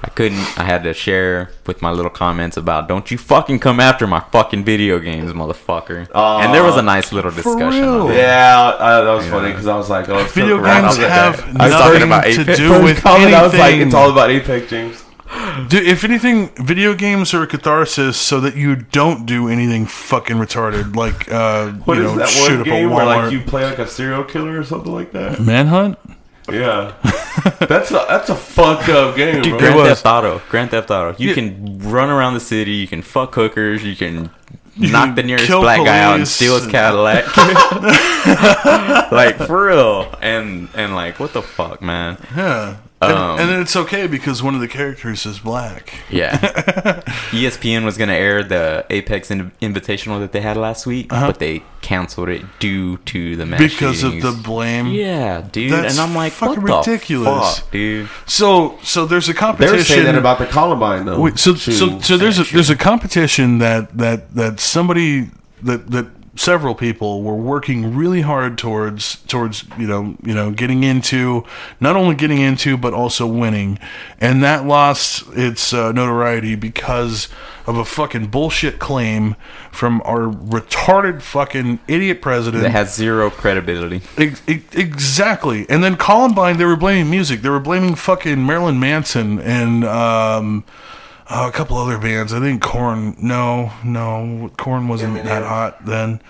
D: I couldn't. I had to share with my little comments about don't you fucking come after my fucking video games, motherfucker. and there was a nice little discussion.
C: Uh, real?
D: on it.
B: Yeah, uh, that was funny because I was like, oh,
C: Video
B: Phil Grant, I
C: games
B: was like
C: have
B: that.
D: was talking
C: nothing
D: about
C: to
D: Apex.
C: do
B: First
C: with
B: comment,
C: anything.
B: I was like, it's all about Apex, James.
C: Dude, if anything, video games are a catharsis so that you don't do anything fucking retarded, like uh,
B: What
C: you
B: is
C: know,
B: that
C: shoot
B: one
C: up
B: game
C: a
B: where
C: Walmart.
B: like you play like a serial killer or something like that?
C: Manhunt?
B: Yeah, that's a that's a fucked up game,
D: Dude,
B: bro.
D: Grand
C: was.
D: Theft Auto. Grand Theft Auto. You can run around the city. You can fuck hookers. You can knock
C: can
D: the nearest
C: kill
D: black guy out and
C: police
D: steal his
C: and-
D: Cadillac. like for real. And and like what the fuck, man.
C: Yeah.
D: Um,
C: And, and then it's okay because one of the characters is black.
D: Yeah. E ESPN was going to air the Apex in- Invitational that they had last week, but they canceled it due to the mass
C: Uh-huh. Because of
D: shootings.
C: the blame.
D: Yeah, dude.
C: That's
D: and I'm like,
C: fucking
D: what the
C: ridiculous.
D: fuck, dude.
C: So so there's a
B: They
C: competition.
B: were saying that about the Columbine though.
C: Wait, so, so
B: shooting.
C: so there's a there's a competition that that that somebody that that several people were working really hard towards towards you know you know getting into not only getting into but also winning and that lost its uh, notoriety because of a fucking bullshit claim from our retarded fucking idiot president
D: That has zero credibility.
C: Ex- ex- Exactly, and then Columbine, they were blaming music. They were blaming fucking Marilyn Manson and um, oh, a couple other bands. I think Corn. No, no, Corn wasn't that hot then.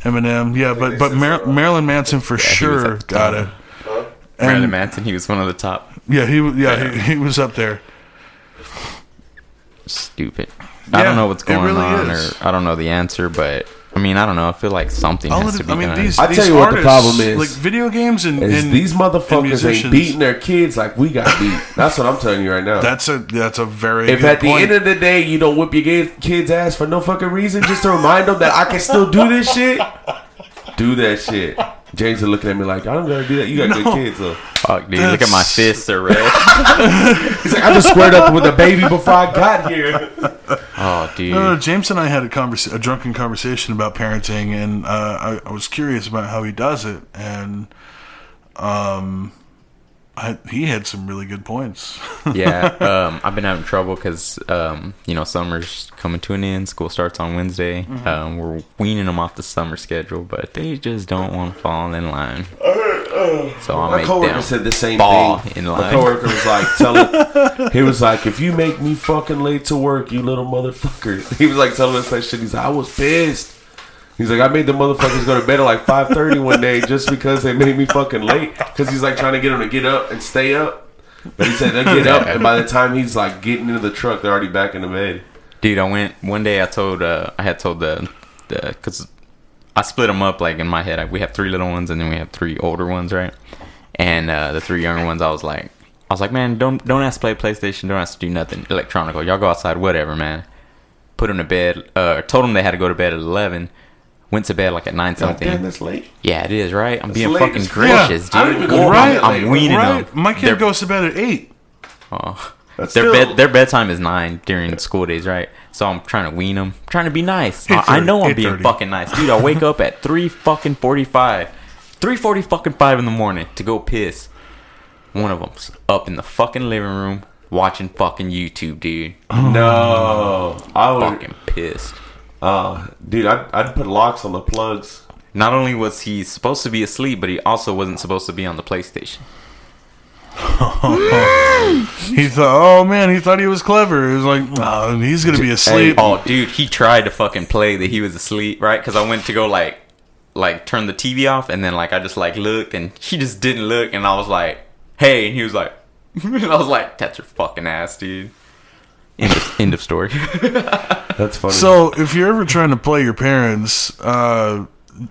C: Eminem, yeah, but but Mar- Marilyn Manson for
D: was
C: sure
D: at the
C: got
D: top.
C: it.
D: Marilyn
C: And
D: Manson, he was one of the top.
C: yeah, he w- yeah he, he was up there.
D: Stupid. I
C: Yeah,
D: don't know what's
C: it
D: going
C: really
D: on,
C: is.
D: or I don't know the answer, but I mean, I don't know. I feel like something
C: All
D: has
C: of
D: to
C: it-
D: be
C: I mean,
D: done.
C: these,
B: I
C: these
B: tell you what the
C: artists,
B: problem is.
C: Like video games and,
B: Is
C: and
B: these
C: and
B: motherfuckers ain't
C: musicians.
B: beating their kids like we got beat. That's what I'm telling you right now.
C: That's a that's a very.
B: if
C: good
B: at the
C: point.
B: end of the day you don't whip your gay- kids' ass for no fucking reason, just to remind them that I can still do this shit, do that shit. James is looking at me like, I don't gotta do that. You got good kids, though.
D: Fuck, dude, look at my
C: That's-
D: fists are red.
B: He's like, I just squared up with a baby before I got here.
D: oh, dude.
C: No, no, James and I had a convers a drunken conversation about parenting, and uh, I, I was curious about how he does it, and um, I, he had some really good points.
D: yeah, um, I've been having trouble because um, you know summer's coming to an end. School starts on Wednesday.
C: Mm-hmm.
D: Um, we're weaning them off the summer schedule, but they just don't want to fall in line. So I'll
B: My
D: make
B: coworker
D: them.
B: said the same
D: fall
B: thing.
D: in
B: My
D: line.
B: coworker was like, tell him, he was like, if you make me fucking late to work, you little motherfucker. He was like telling us that shit. He's like, I was pissed. He's like, I made the motherfuckers go to bed at like 5.30 one day just because they made me fucking late. Because he's like trying to get them to get up and stay up. But he said they'll get up, and by the time he's like getting into the truck, they're already back in the bed.
D: Dude, I went one day. I told uh, I had told the the because I split them up like in my head. I, we have three little ones and then we have three older ones, right? And uh, the three younger ones, I was like, I was like, man, don't don't ask to play PlayStation. Don't ask to do nothing electronical. Y'all go outside, whatever, man. Put them to bed. Uh, told them they had to go to bed at eleven. Went to bed like at nine something.
B: Damn, that's late.
D: yeah, it is right. I'm being
B: late
D: fucking
B: as fuck.
D: gracious,
B: I don't
D: dude.
B: even go to
C: bed
D: right,
B: that late,
D: I'm weaning
C: right?
D: them.
C: My kid
D: They're-
C: goes to bed at eight.
D: Oh.
B: That's
D: Their
B: still-
D: bed, their bedtime is nine during school days, right? So I'm trying to wean them, trying to be nice. I, I
C: 8:30,
D: know I'm being
C: 8:30.
D: fucking nice, dude. I wake up at three fucking forty five, three forty fucking five in the morning to go piss. One of them's up in the fucking living room watching fucking YouTube, dude.
B: Oh, No. I would,
D: Fucking pissed.
B: uh, dude, I'd, I'd put locks on the plugs.
D: Not only was he supposed to be asleep, but he also wasn't supposed to be on the PlayStation.
C: He thought, oh man, he thought he was clever. He was like, oh, he's gonna be asleep.
D: Oh, dude, he tried to fucking play that he was asleep, right? Because I went to go like, like turn the TV off, and then like I just like looked, and he just didn't look, and I was like, "Hey," and he was like, and I was like, "That's your fucking ass, dude." End of, end of story.
B: That's funny.
C: So if you're ever trying to play your parents, uh,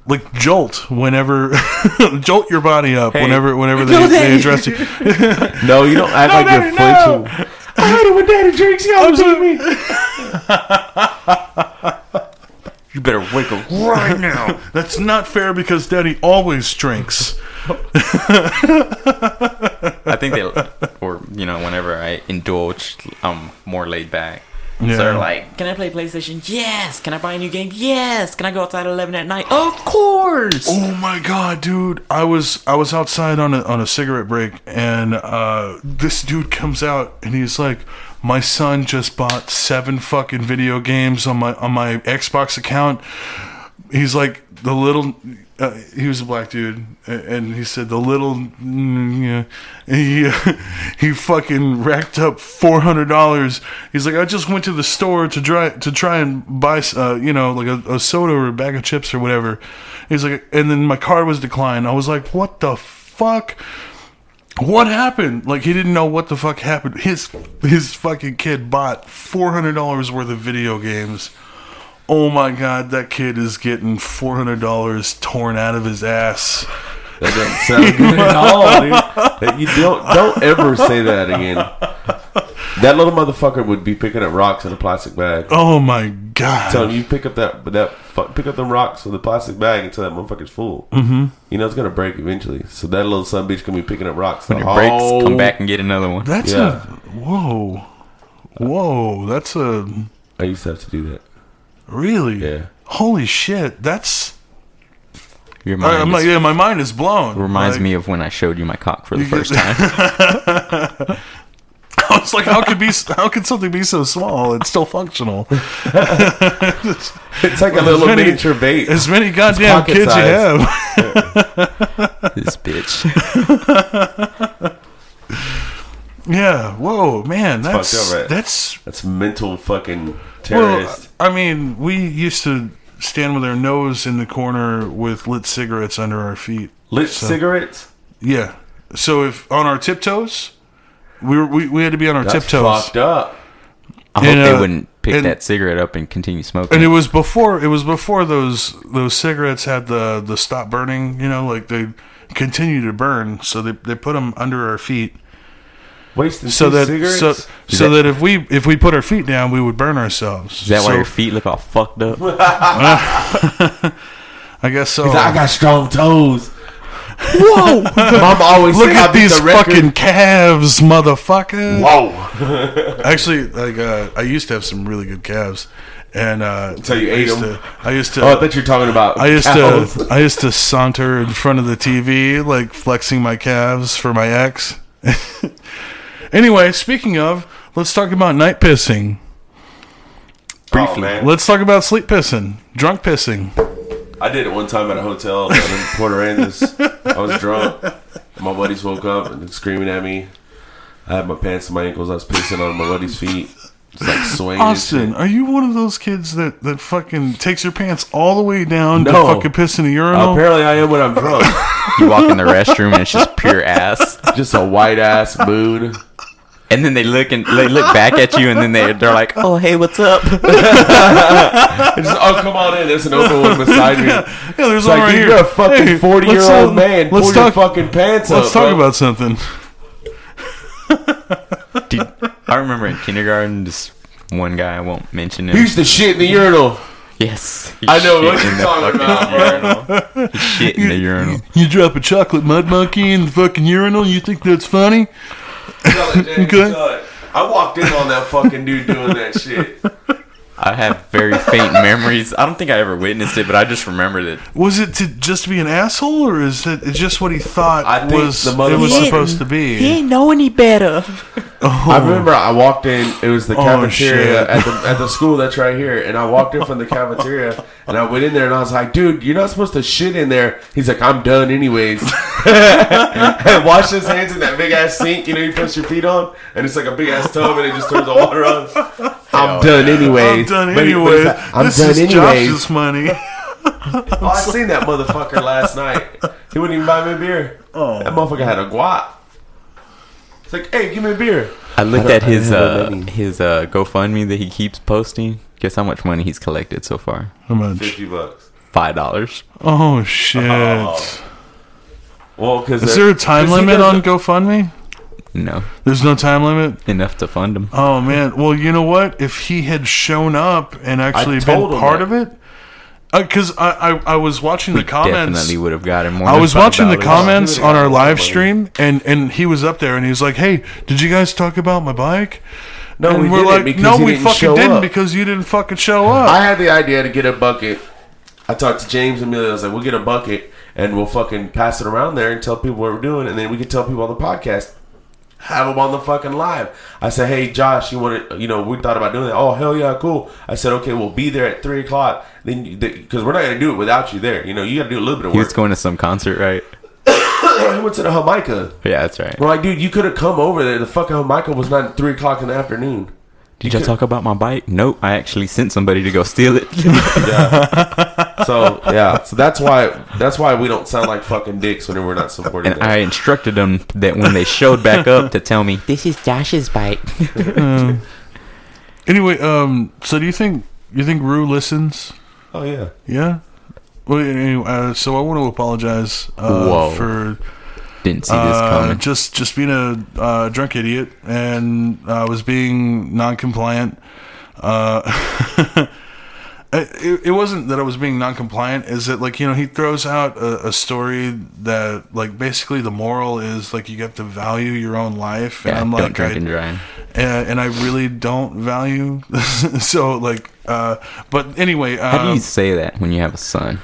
C: like jolt whenever, jolt your body up whenever whenever they, they address you.
B: No, you don't act like
C: no,
B: you're
C: no.
B: flinching. I hate it when daddy drinks. Y'all beat me.
D: you better wake up.
C: right now. That's not fair because Daddy always drinks.
D: I think they, or you know, whenever I indulge, I'm more laid back.
C: Yeah.
D: So they're like, "Can I play PlayStation? Yes. Can I buy a new game? Yes. Can I go outside at eleven at night? Of course."
C: Oh my god, dude! I was I was outside on a on a cigarette break, and uh, this dude comes out and he's like, "My son just bought seven fucking video games on my on my Xbox account." He's like the little. Uh, he was a black dude, a- and he said the little. mm, yeah, he uh, he fucking racked up four hundred dollars. He's like, I just went to the store to try to try and buy, uh, you know, like a, a soda or a bag of chips or whatever. He's like, and then my card was declined. I was like, what the fuck? What happened? Like he didn't know what the fuck happened. His his fucking kid bought four hundred dollars worth of video games. Oh my god, that kid is getting four hundred dollars torn out of his ass.
B: That doesn't sound good at all, dude. That You don't don't ever say that again. That little motherfucker would be picking up rocks in a plastic bag.
C: Oh my god.
B: Tell him you pick up that that fu- pick up them rocks with the plastic bag until that motherfucker's full. Mm-hmm. You know it's gonna break eventually. So that little son bitch gonna be picking up rocks.
D: When it breaks, come back and get another one.
C: That's
B: Yeah.
C: a whoa, whoa. That's a
B: I used to have to do that.
C: really
B: Yeah.
C: holy shit. That's
D: Your mind
C: I, am
D: is
C: like yeah. My mind is blown.
D: Reminds
C: Like,
D: me of when I showed you my cock for the
C: You get-
D: first time.
C: I was like, how could be how could something be so small and still functional?
B: It's like a little
C: many-
B: miniature bait.
C: As many goddamn
B: pocket
C: kids you
B: size.
C: have.
D: this bitch.
C: yeah. Whoa, man. That's
B: fucked up, right?
C: that's
B: That's mental fucking
C: Well,
B: terrorist.
C: I mean, we used to stand with our nose in the corner with lit cigarettes under our feet.
B: Lit cigarettes.
C: Yeah. So if on our tiptoes, we were, we, we had to be on our
B: That's
C: tiptoes.
B: fucked up.
D: I
C: You
D: hope
C: know-
B: uh,
D: they wouldn't pick
C: And-
D: that cigarette up and continue smoking.
C: and it was before it was before those those cigarettes had the the stop burning you know like they continue to burn so they, they put them under our feet
B: Wasting
C: so
B: two
C: that
B: cigarettes.
C: so, so
D: that-
C: that, if we if we put our feet down we would burn ourselves
D: Is that
C: so,
D: why your feet look all fucked up?
C: i guess so
B: I got strong toes. Whoa! Mom always
C: look
B: say I
C: at
B: beat
C: these
B: the record.
C: fucking calves motherfucker
B: Whoa!
C: actually like uh, i used to have some really good calves and uh
B: Until you
C: I
B: ate
C: used
B: 'em.
C: to- i used to
B: Oh, I thought you were talking about.
C: I used
B: cows.
C: to Oh, I used to saunter in front of the TV, like flexing my calves for my ex. anyway, speaking of, let's talk about night pissing.
B: briefly. man.
C: Let's talk about sleep pissing, drunk pissing.
B: I did it one time at a hotel down in Port Aransas. I was drunk. My buddies woke up and screaming at me. I had my pants to my ankles. I was pissing on my buddy's feet. It's like swinging. and shit.
C: Austin, are you one of those kids that that fucking takes your pants all the way down to
B: No.
C: fucking piss in the urinal?
B: Apparently, I am when I'm drunk.
D: You walk in the restroom and it's just pure ass.
B: Just a white ass mood.
D: And then they look and they look back at you and then they they're like, "Oh, hey, what's up?"
B: It's just, oh, come on in. There's an open one beside me.
C: yeah,
B: It's
C: there's one
B: like
C: right
B: you're
C: here.
B: a fucking
C: Hey,
B: forty year
C: let's,
B: old
C: uh,
B: man.
C: Let's
B: Pull
C: talk.
B: your fucking pants
C: let's
B: up.
C: talk
B: bro.
C: about something.
D: Dude, I remember in kindergarten, this one guy I won't mention him.
B: He's the shit in the urinal.
D: yes, he
B: I know
D: shit
B: what you're
D: in the
B: talking
D: fucking
B: about,
D: urinal. He shit in the urinal.
C: You drop a chocolate mud monkey in the fucking urinal. You think that's funny? Good.
B: I walked in on that fucking dude doing that shit.
D: I have very faint memories. I don't think I ever witnessed it, but I just remembered it.
C: Was it to just to be an asshole, or is it it's just what he thought
B: I think
C: was
B: the
C: it was
B: motherfucker-
C: supposed to be?
E: know any better.
B: I remember I walked in. It was the cafeteria
C: Oh, shit.
B: at the at the school that's right here, and I walked in from the cafeteria, and I went in there, and I was like, "Dude, you're not supposed to shit in there." He's like, "I'm done anyways." and washed his hands in that big ass sink. You know, you push your feet on, and it's like a big ass tub, and it just throws the water on. I'm done anyways.
C: I'm done
B: But he- but
C: anyway.
B: he's like, I'm
C: this
B: done
C: is
B: anyways.
C: Josh's money.
B: Oh, I seen that motherfucker last night. He wouldn't even buy me a beer. Oh. That motherfucker had a guap. It's like, hey, give me a beer.
D: I looked
B: I
D: at his uh,
B: haven't.
D: his uh, GoFundMe that he keeps posting. Guess how much money he's collected so far?
C: How much?
B: Fifty bucks.
D: Five dollars.
C: Oh shit!
B: Oh. Well, because
C: Is there a time limit on GoFundMe?
D: No,
C: There's no time limit.
D: enough to fund him.
C: Oh man. Well, you know what? If he had shown up and actually been
B: told him
C: part
B: that.
C: of it, because I, I I was watching the comments.
D: Definitely would have gotten more.
C: I
D: than
C: was watching the
D: $5.
C: comments
B: Really?
C: on our live stream, and and he was up there, and he was like, "Hey, did you guys talk about my bike?" No, and
B: we didn't because
C: "No,
B: he
C: we
B: didn't
C: fucking
B: show
C: didn't
B: up."
C: because you didn't fucking show up."
B: I had the idea to get a bucket. I talked to James and Amelia. I was like, we'll get a bucket and we'll fucking pass it around there and tell people what we're doing, and then we can tell people on the podcast. Have them on the fucking live. I said, "Hey Josh, you want to? You know, we thought about doing that. Oh hell yeah, cool." I said, "Okay, we'll be there at three o'clock. Then because we're not gonna do it without you there. You know, you got to do a little bit of
D: He was
B: work."
D: going to some concert, right?
B: I went to the Jamaica.
D: Yeah, that's right.
B: We're like, dude, you could have come over there. The fucking Jamaica was not at three o'clock in the afternoon.
D: Did y'all talk about my bike? Nope. I actually sent somebody to go steal it.
B: So yeah, so that's why that's why we don't sound like fucking dicks when we're not supporting.
D: and I instructed them that when they showed back up to tell me,
E: This is Josh's bike.
C: Anyway, um, so do you think you think Rue listens?
B: oh yeah.
C: Yeah. Well, anyway, uh, so I want to apologize uh,
D: Whoa.
C: for
D: didn't see this
C: uh,
D: coming.
C: just just being a uh, drunk idiot, and I was being non-compliant. Uh, it, it wasn't that I was being non-compliant. Is that like you know he throws out a, a story that like basically the moral is like you have to value your own life, and
D: yeah,
C: I'm
D: don't
C: like uh,
D: drink
C: I-
D: and drive.
C: and, and I really don't value. so like, uh, but anyway, um,
D: How do you say that when you have a son?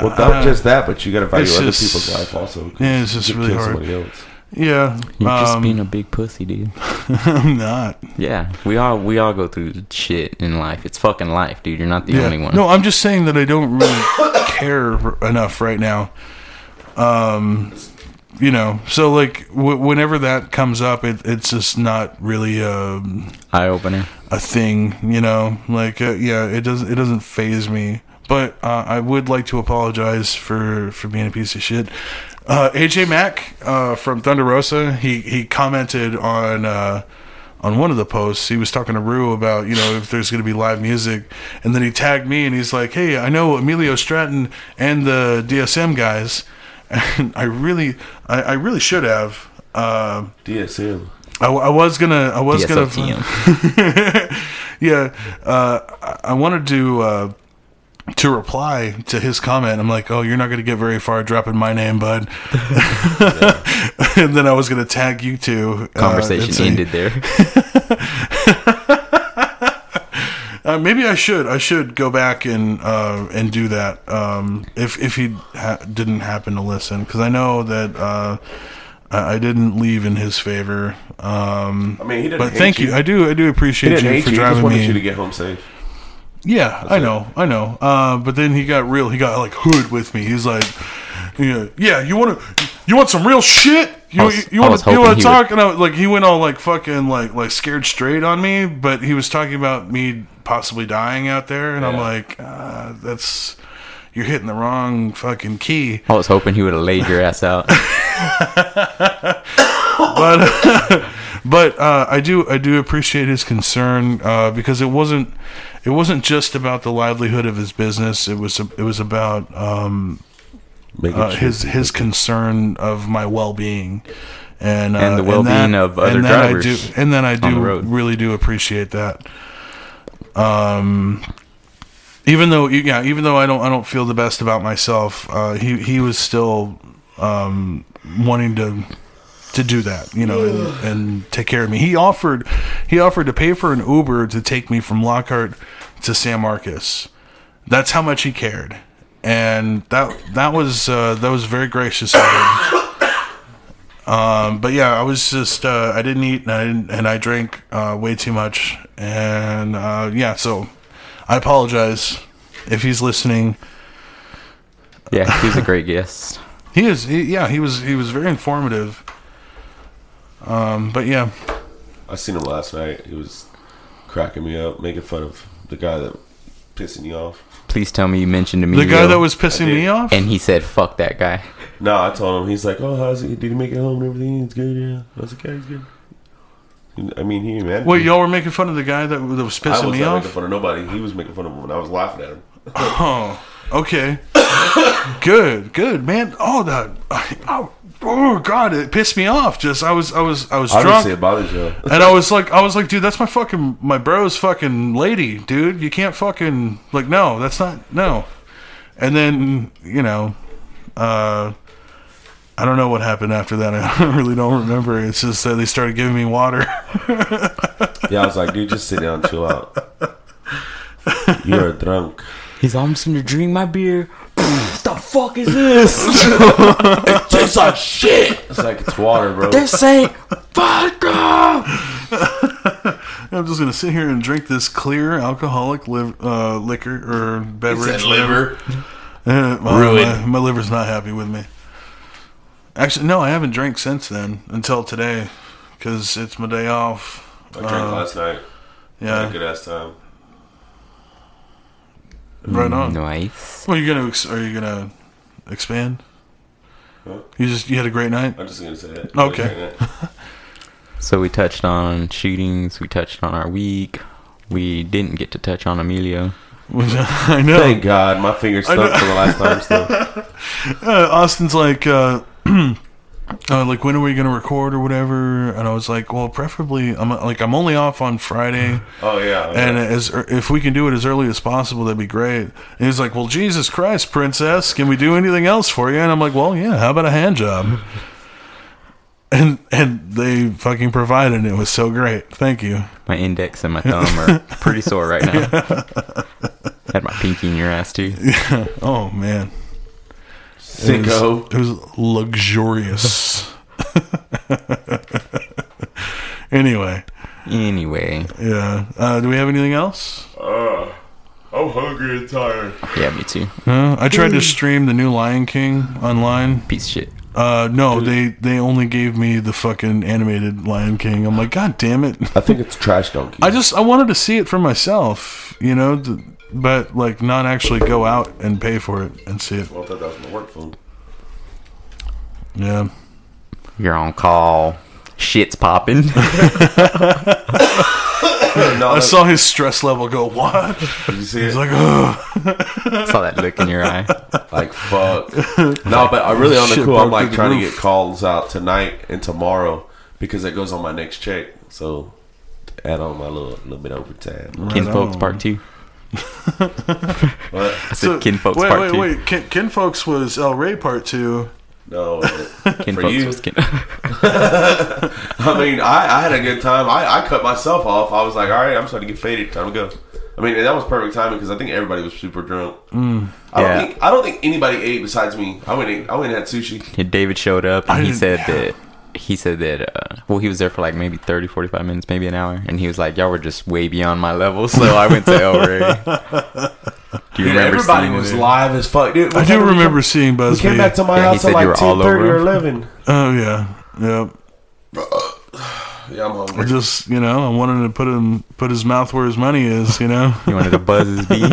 B: Well, not just that, but you got to value
C: it's
B: other
C: just-
B: people's life also. 'cause
C: yeah, it's just
B: you could
C: really
B: kill
C: hard.
B: somebody else.
C: yeah,
D: You're just
C: um,
D: being a big pussy, dude.
C: I'm not.
D: Yeah, we all we all go through shit in life. It's fucking life, dude. You're not the
C: Yeah.
D: only one.
C: No, I'm just saying that I don't really care r- enough right now. Um, you know, so like w- whenever that comes up, it, it's just not really um, a,
D: Eye opener.
C: a thing. You know, like uh, yeah, it doesn't it doesn't phase me. But uh, I would like to apologize for for being a piece of shit. Uh, AJ Mack uh, from Thunder Rosa, he he commented on. Uh, on one of the posts, he was talking to Rue about, you know, if there's going to be live music. And then he tagged me and he's like, hey, I know Emilio Stratton and the DSM guys. And I really, I, I really should have. Uh,
B: DSM.
C: I, I was gonna, I was gonna,
D: DSLTM.
C: yeah, uh, I- I wanted to uh, to reply to his comment. I'm like, oh, you're not going to get very far dropping my name, bud. and then I was going to tag you two. uh,
D: Conversation
C: and say-
D: ended there.
C: Uh, maybe I should. I should go back and uh, and do that. Um, if if he ha- didn't happen to listen, because I know that. Uh, I I didn't leave in his favor, um,
B: I mean, he didn't
C: but
B: hate
C: thank you.
B: you.
C: I do. I do
B: He
C: appreciate
B: didn't
C: you
B: hate
C: for
B: you. He just
C: driving
B: wanted
C: me.
B: you to get home safe.
C: Yeah, I know, I know. Uh, but then he got real. He got like hood with me. He's like, yeah, yeah. You want to, you want some real shit? You
D: I was-
C: you- you
D: I
C: want
D: was
C: to you
D: hoping
C: want to
D: he
C: talk? And I, was- like he went all like fucking like like scared straight on me. But he was talking about me possibly dying out there, and I'm like, uh, that's you're hitting the wrong fucking key.
D: I was hoping he would have laid your ass out.
C: but but uh, I do I do appreciate his concern uh, because it wasn't it wasn't just about the livelihood of his business. It was it was about um,
B: Making
C: uh,
B: sure
C: his
B: people-
C: his concern of my well being. And, uh,
D: And the well-being
C: that-
D: of other
C: and that
D: drivers
C: I do, and then I
D: the
C: do
D: road.
C: really do appreciate that. Um, even though you- yeah, even though I don't I don't feel the best about myself, uh, he he was still um, wanting to to do that, you know, and, and take care of me. He offered he offered to pay for an Uber to take me from Lockhart to San Marcos. That's how much he cared, and that that was uh, that was very gracious of him. Um, but yeah, I was just uh, I didn't eat and I didn't, and I drank uh, way too much, and uh, yeah, so I apologize if he's listening.
D: Yeah, he was a great guest.
C: He is he, yeah he was he was very informative. Um, but yeah,
B: I seen him last night. He was cracking me up, making fun of the guy that pissing you off.
D: Please tell me you mentioned
C: the
D: Emilio.
C: guy that was pissing
B: did.
C: me off.
D: and he said, "Fuck that guy."
B: No, I told him. He's like, "Oh, how's it? Did he make it home and everything? It's good, yeah." I was like, "Yeah, he's good." I mean, he man.
C: Wait, y'all were making fun of the guy that, that was
B: I
C: pissing
B: was
C: me
B: not making
C: off?
B: fun of nobody. He was making fun of him, and I was laughing at him.
C: Oh, okay. good, good, man. Oh, that. oh, oh, God, it pissed me off. Just I was, I was, I was
B: Obviously,
C: drunk,
B: it bothers you.
C: and I was like, I was like, dude, that's my fucking, my bro's fucking lady, dude. You can't fucking like, no, that's not no. And then you know, uh. I don't know what happened after that. I really don't remember. It's just that they started giving me water.
B: Yeah, I was like, "Dude, just sit down, chill out. You're drunk."
D: He's all, I'm just gonna drink my beer. the fuck is this?
B: Tastes like shit. It's like it's water, bro.
D: this ain't vodka.
C: I'm just gonna sit here and drink this clear alcoholic liv- uh, liquor or beverage. Uh, well,
B: Ruined.
C: My, my liver's not happy with me. Actually, no, I haven't drank since then until today, because it's my day off.
B: I drank last night. Had a
C: Yeah,
B: good ass time.
C: right on.
D: Nice.
C: Well, you gonna ex- are you gonna expand?
B: Huh?
C: You just you had a great night.
B: I'm just gonna say that.
C: Okay.
D: So we touched on shootings. We touched on our week. We didn't get to touch on Emilio.
C: I know.
B: Thank God, my fingers stuck for the last time. Still,
C: uh, Austin's like, uh, uh, like when are we gonna record or whatever? And I was like, well, preferably I'm like I'm only off on Friday.
B: oh yeah.
C: And as er, if we can do it as early as possible, that'd be great. And he's like, "Well, Jesus Christ, princess, can we do anything else for you?" And I'm like, "Well, yeah. How about a hand job?" And and they fucking provided. and It was so great. Thank you.
D: My index and my thumb are pretty sore right now. Had my pinky in your ass too.
C: Oh man, it was,
B: sicko.
C: it was luxurious. anyway,
D: Anyway,
C: yeah. Uh, do we have anything else?
B: Uh, I'm hungry and tired.
D: yeah, me too.
C: No. I tried to stream the new Lion King online.
D: Piece of shit.
C: Uh, no, they they only gave me the fucking animated Lion King. I'm like, God damn it!
B: I think it's trash donkey.
C: I just I wanted to see it for myself, you know, th- but like not actually go out and pay for it and see it.
B: well, I thought that was my work phone.
C: Yeah,
D: You're on call. shit's popping.
B: No,
C: I
D: Uh,
B: like-
C: saw his stress level go, what?
B: you see it?
C: He's like, ugh.
D: Saw that look in your eye.
B: Like fuck. no, but I really on the
C: Shit
B: cool. I'm
C: broke through
B: like
C: the
B: trying to
C: roof.
B: get calls out tonight and tomorrow because it goes on my next check. So add on my little little bit overtime.
D: Kin folks part two.
B: What?
D: I said kin folks
C: wait,
D: part
C: wait,
D: two.
C: wait. Kin, Kinfolks was El Rey part two.
B: No.
D: Kin
B: For
D: folks
B: you.
D: was kin.
B: I mean, I, I had a good time. I, I cut myself off. I was like, all right, I'm starting to get faded. Time to go. I mean, and that was perfect timing because I think everybody was super drunk. I don't
D: Mm, Yeah.
B: think I don't think anybody ate besides me. I went and, I went and had sushi.
D: And David showed up and he
C: didn't-
D: said that he said that uh, well he was there for like maybe 30 45 minutes maybe an hour and he was like y'all were just way beyond my level so i went to el rey do you
B: Dude,
D: remember
B: everybody
D: seeing
B: was
D: it?
B: live as fuck. Dude,
C: I do remember seeing Busby.
B: We came back to my
D: Yeah, he
B: house
D: said
B: at
D: you
B: like
D: were all
B: ten thirty
D: over
B: or
D: him.
B: eleven.
C: Oh, yeah. Yep.
B: Yeah, I'm hungry.
C: I just, you know, I wanted to put him, put his mouth where his money is, you know?
D: he wanted to buzz his bee he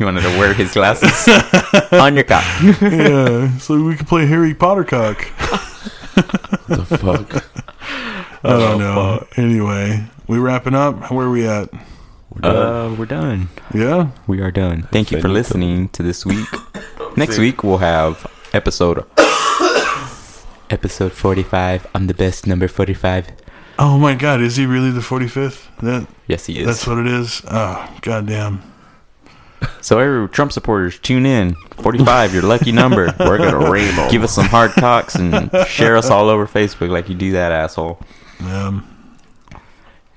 D: wanted to wear his glasses on your cock
C: yeah. So we could play Harry Potter cock.
B: the fuck? Oh,
C: I don't know. Anyway, we wrapping up. Where we at?
D: uh, we're done
C: Yeah.
D: we are done thank you for
B: Finito.
D: listening to this week next week we'll have episode episode 45 i'm the best number 45
C: Oh my God, is he really the 45th? That
D: yes he is
C: that's what it is. Oh goddamn.
D: So, every Trump supporters, tune in. 45, your lucky number. We're gonna rain. Give us some hard talks and share us all over Facebook like you do that, asshole.
C: Um,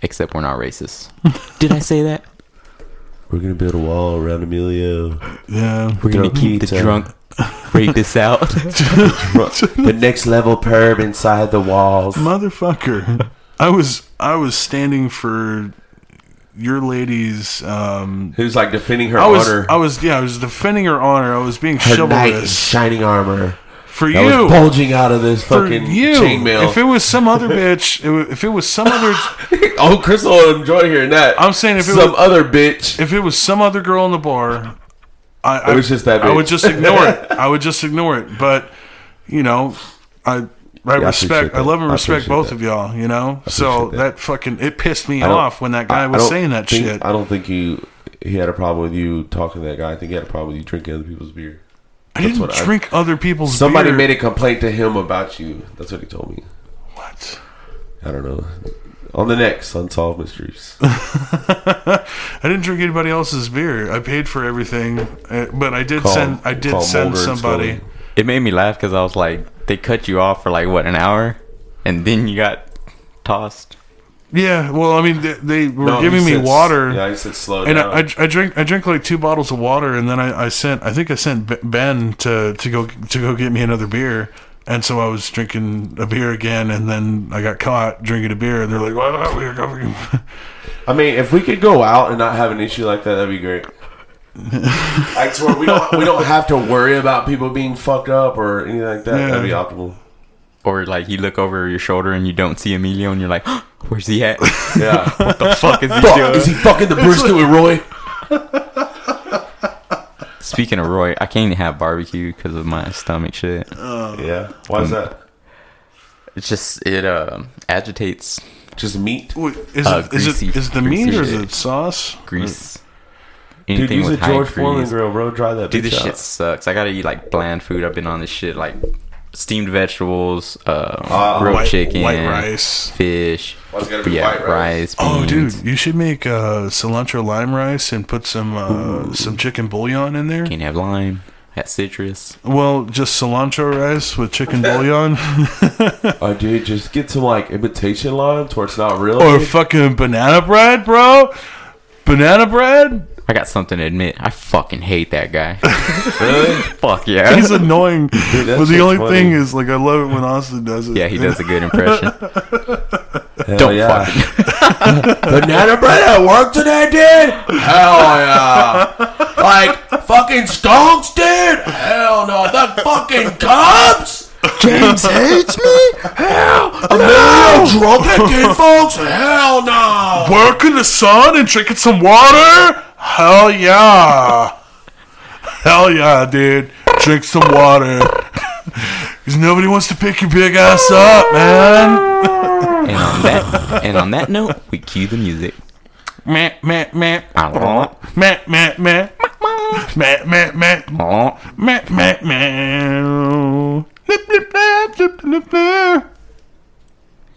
D: Except we're not racist. Did I say that?
B: We're gonna build a wall around Emilio.
C: yeah.
D: We're gonna
B: Drunk
D: keep the
B: pizza.
D: drunk rapists out.
B: the next level perv inside the walls.
C: Motherfucker. I was I was standing for your lady's. Um,
B: Who's like defending her
C: I was
B: honor?
C: I was yeah I was defending her honor. I was being
B: her knight in
C: chivalrous
B: shining armor
C: for
B: that
C: you.
B: was bulging out of this
C: for
B: fucking
C: you.
B: chainmail.
C: If it was some other bitch, it wa- if it was some other,
B: oh, Crystal will enjoy hearing that.
C: I'm saying if it
B: some
C: was
B: other bitch.
C: if it was some other girl in the bar, I, I
B: It was just that
C: I would
B: bitch.
C: just ignore it. I would just ignore it. But you know, I I
B: Yeah, I appreciate
C: respect, I,
B: that.
C: love and
B: I
C: respect
B: appreciate
C: both
B: that.
C: of y'all. You know, so
B: appreciate
C: that.
B: that.
C: fucking it pissed me
B: I don't-
C: off when that guy
B: I- I
C: was
B: don't
C: saying that
B: think-
C: shit.
B: I don't think you. He had a problem with you talking to that guy. I think he had a problem with you drinking other people's beer.
C: I didn't
B: what I-
C: drink other people's.
B: Somebody
C: beer.
B: made a complaint to him about you. That's what he told me.
C: What?
B: I don't know. On the next Unsolved Mysteries.
C: I didn't drink anybody else's beer. I paid for everything, uh, but I did
B: Call-
C: send. I did
B: call
C: send
B: Mulder and
C: somebody.
B: Scully.
D: it made me laugh because I was like, they cut you off for like, what, an hour? And then you got tossed.
C: Yeah. Well, I mean, they, they were
B: No, he
C: giving me
B: said s-
C: water.
B: Yeah, he said slow
C: and
B: down.
C: I, I, I drink I drink like two bottles of water, and then I, I sent I think I sent B- Ben to to go to go get me another beer, and so I was drinking a beer again, and then I got caught drinking a beer, and they're like, "Well, we're going."
B: I mean, if we could go out and not have an issue like that, that'd be great. I swear we don't we don't have to worry about people being fucked up or anything like that. That'd be
C: Yeah.
B: optimal.
D: Or like, you look over your shoulder and you don't see Emilio and you're like, where's he at? what
B: Yeah.
D: the fuck is he doing?
B: Fuck, is he fucking the brisket with Roy?
D: Speaking of Roy, I can't even have barbecue because of my stomach shit.
B: Yeah. Why
D: Mm.
B: is that?
D: It's just it uh, agitates
B: Just meat.
C: Wait, is,
D: Uh,
C: it, is
D: greasy-
C: it is it the
D: greasy
C: meat or is
D: shit.
C: it sauce?
D: grease.
B: Dude,
D: Anything
B: use a
D: with high
B: George Foreman
D: grease.
B: grill, bro. Try that.
D: Dude,
B: bitch
D: this
B: out.
D: shit sucks. I gotta eat like bland food. I've been on this shit like steamed vegetables, uh, grilled
C: white-
D: chicken,
C: white rice.
D: fish.
B: Why it's gotta be
D: yeah,
B: white rice?
C: Oh, dude,
D: beans.
C: you should make uh, cilantro lime rice and put some uh, some chicken bouillon in there.
D: Can't have lime. Had citrus.
C: Well, just cilantro rice with chicken bouillon
B: Oh, dude, just get some like imitation lime to where it's not real.
C: or fucking banana bread, bro. Banana bread.
D: I got something to admit. I fucking hate that guy. really? Fuck yeah.
C: He's annoying.
B: that
C: but the
B: shit's
C: only
B: funny.
C: thing is, like, I love it when Austin does it.
D: yeah, he does a good impression.
B: Hell
D: Don't
B: yeah.
D: fucking
B: Banana bread at work today, dude? Hell yeah. Like, fucking skunks, dude? Hell no. The fucking cops? James hates me? Hell no. Drunk again, folks? Hell no.
C: Work in the sun and drinking some water? Hell yeah. Hell yeah, dude. Drink some water. Because nobody wants to pick your big ass up, man.
D: And on that, and on that note, we cue the music.
C: Meh, meh, meh.
D: Meh,
C: Meh, meh, meh. Meh, meh, meh. Meh, meh, meh. Blip, blip, blip, blip, blip, blip.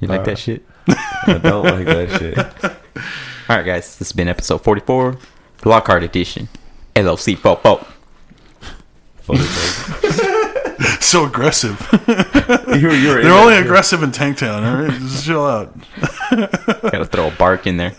D: You like that shit?
B: I don't like that shit.
D: All right, guys. This has been episode 44, Lockhart edition, LOC Popo.
B: Funny thing.
C: So aggressive.
B: You're, you're
C: They're only aggressive in Tank Town. All right, just chill out.
D: Gotta throw a bark in there.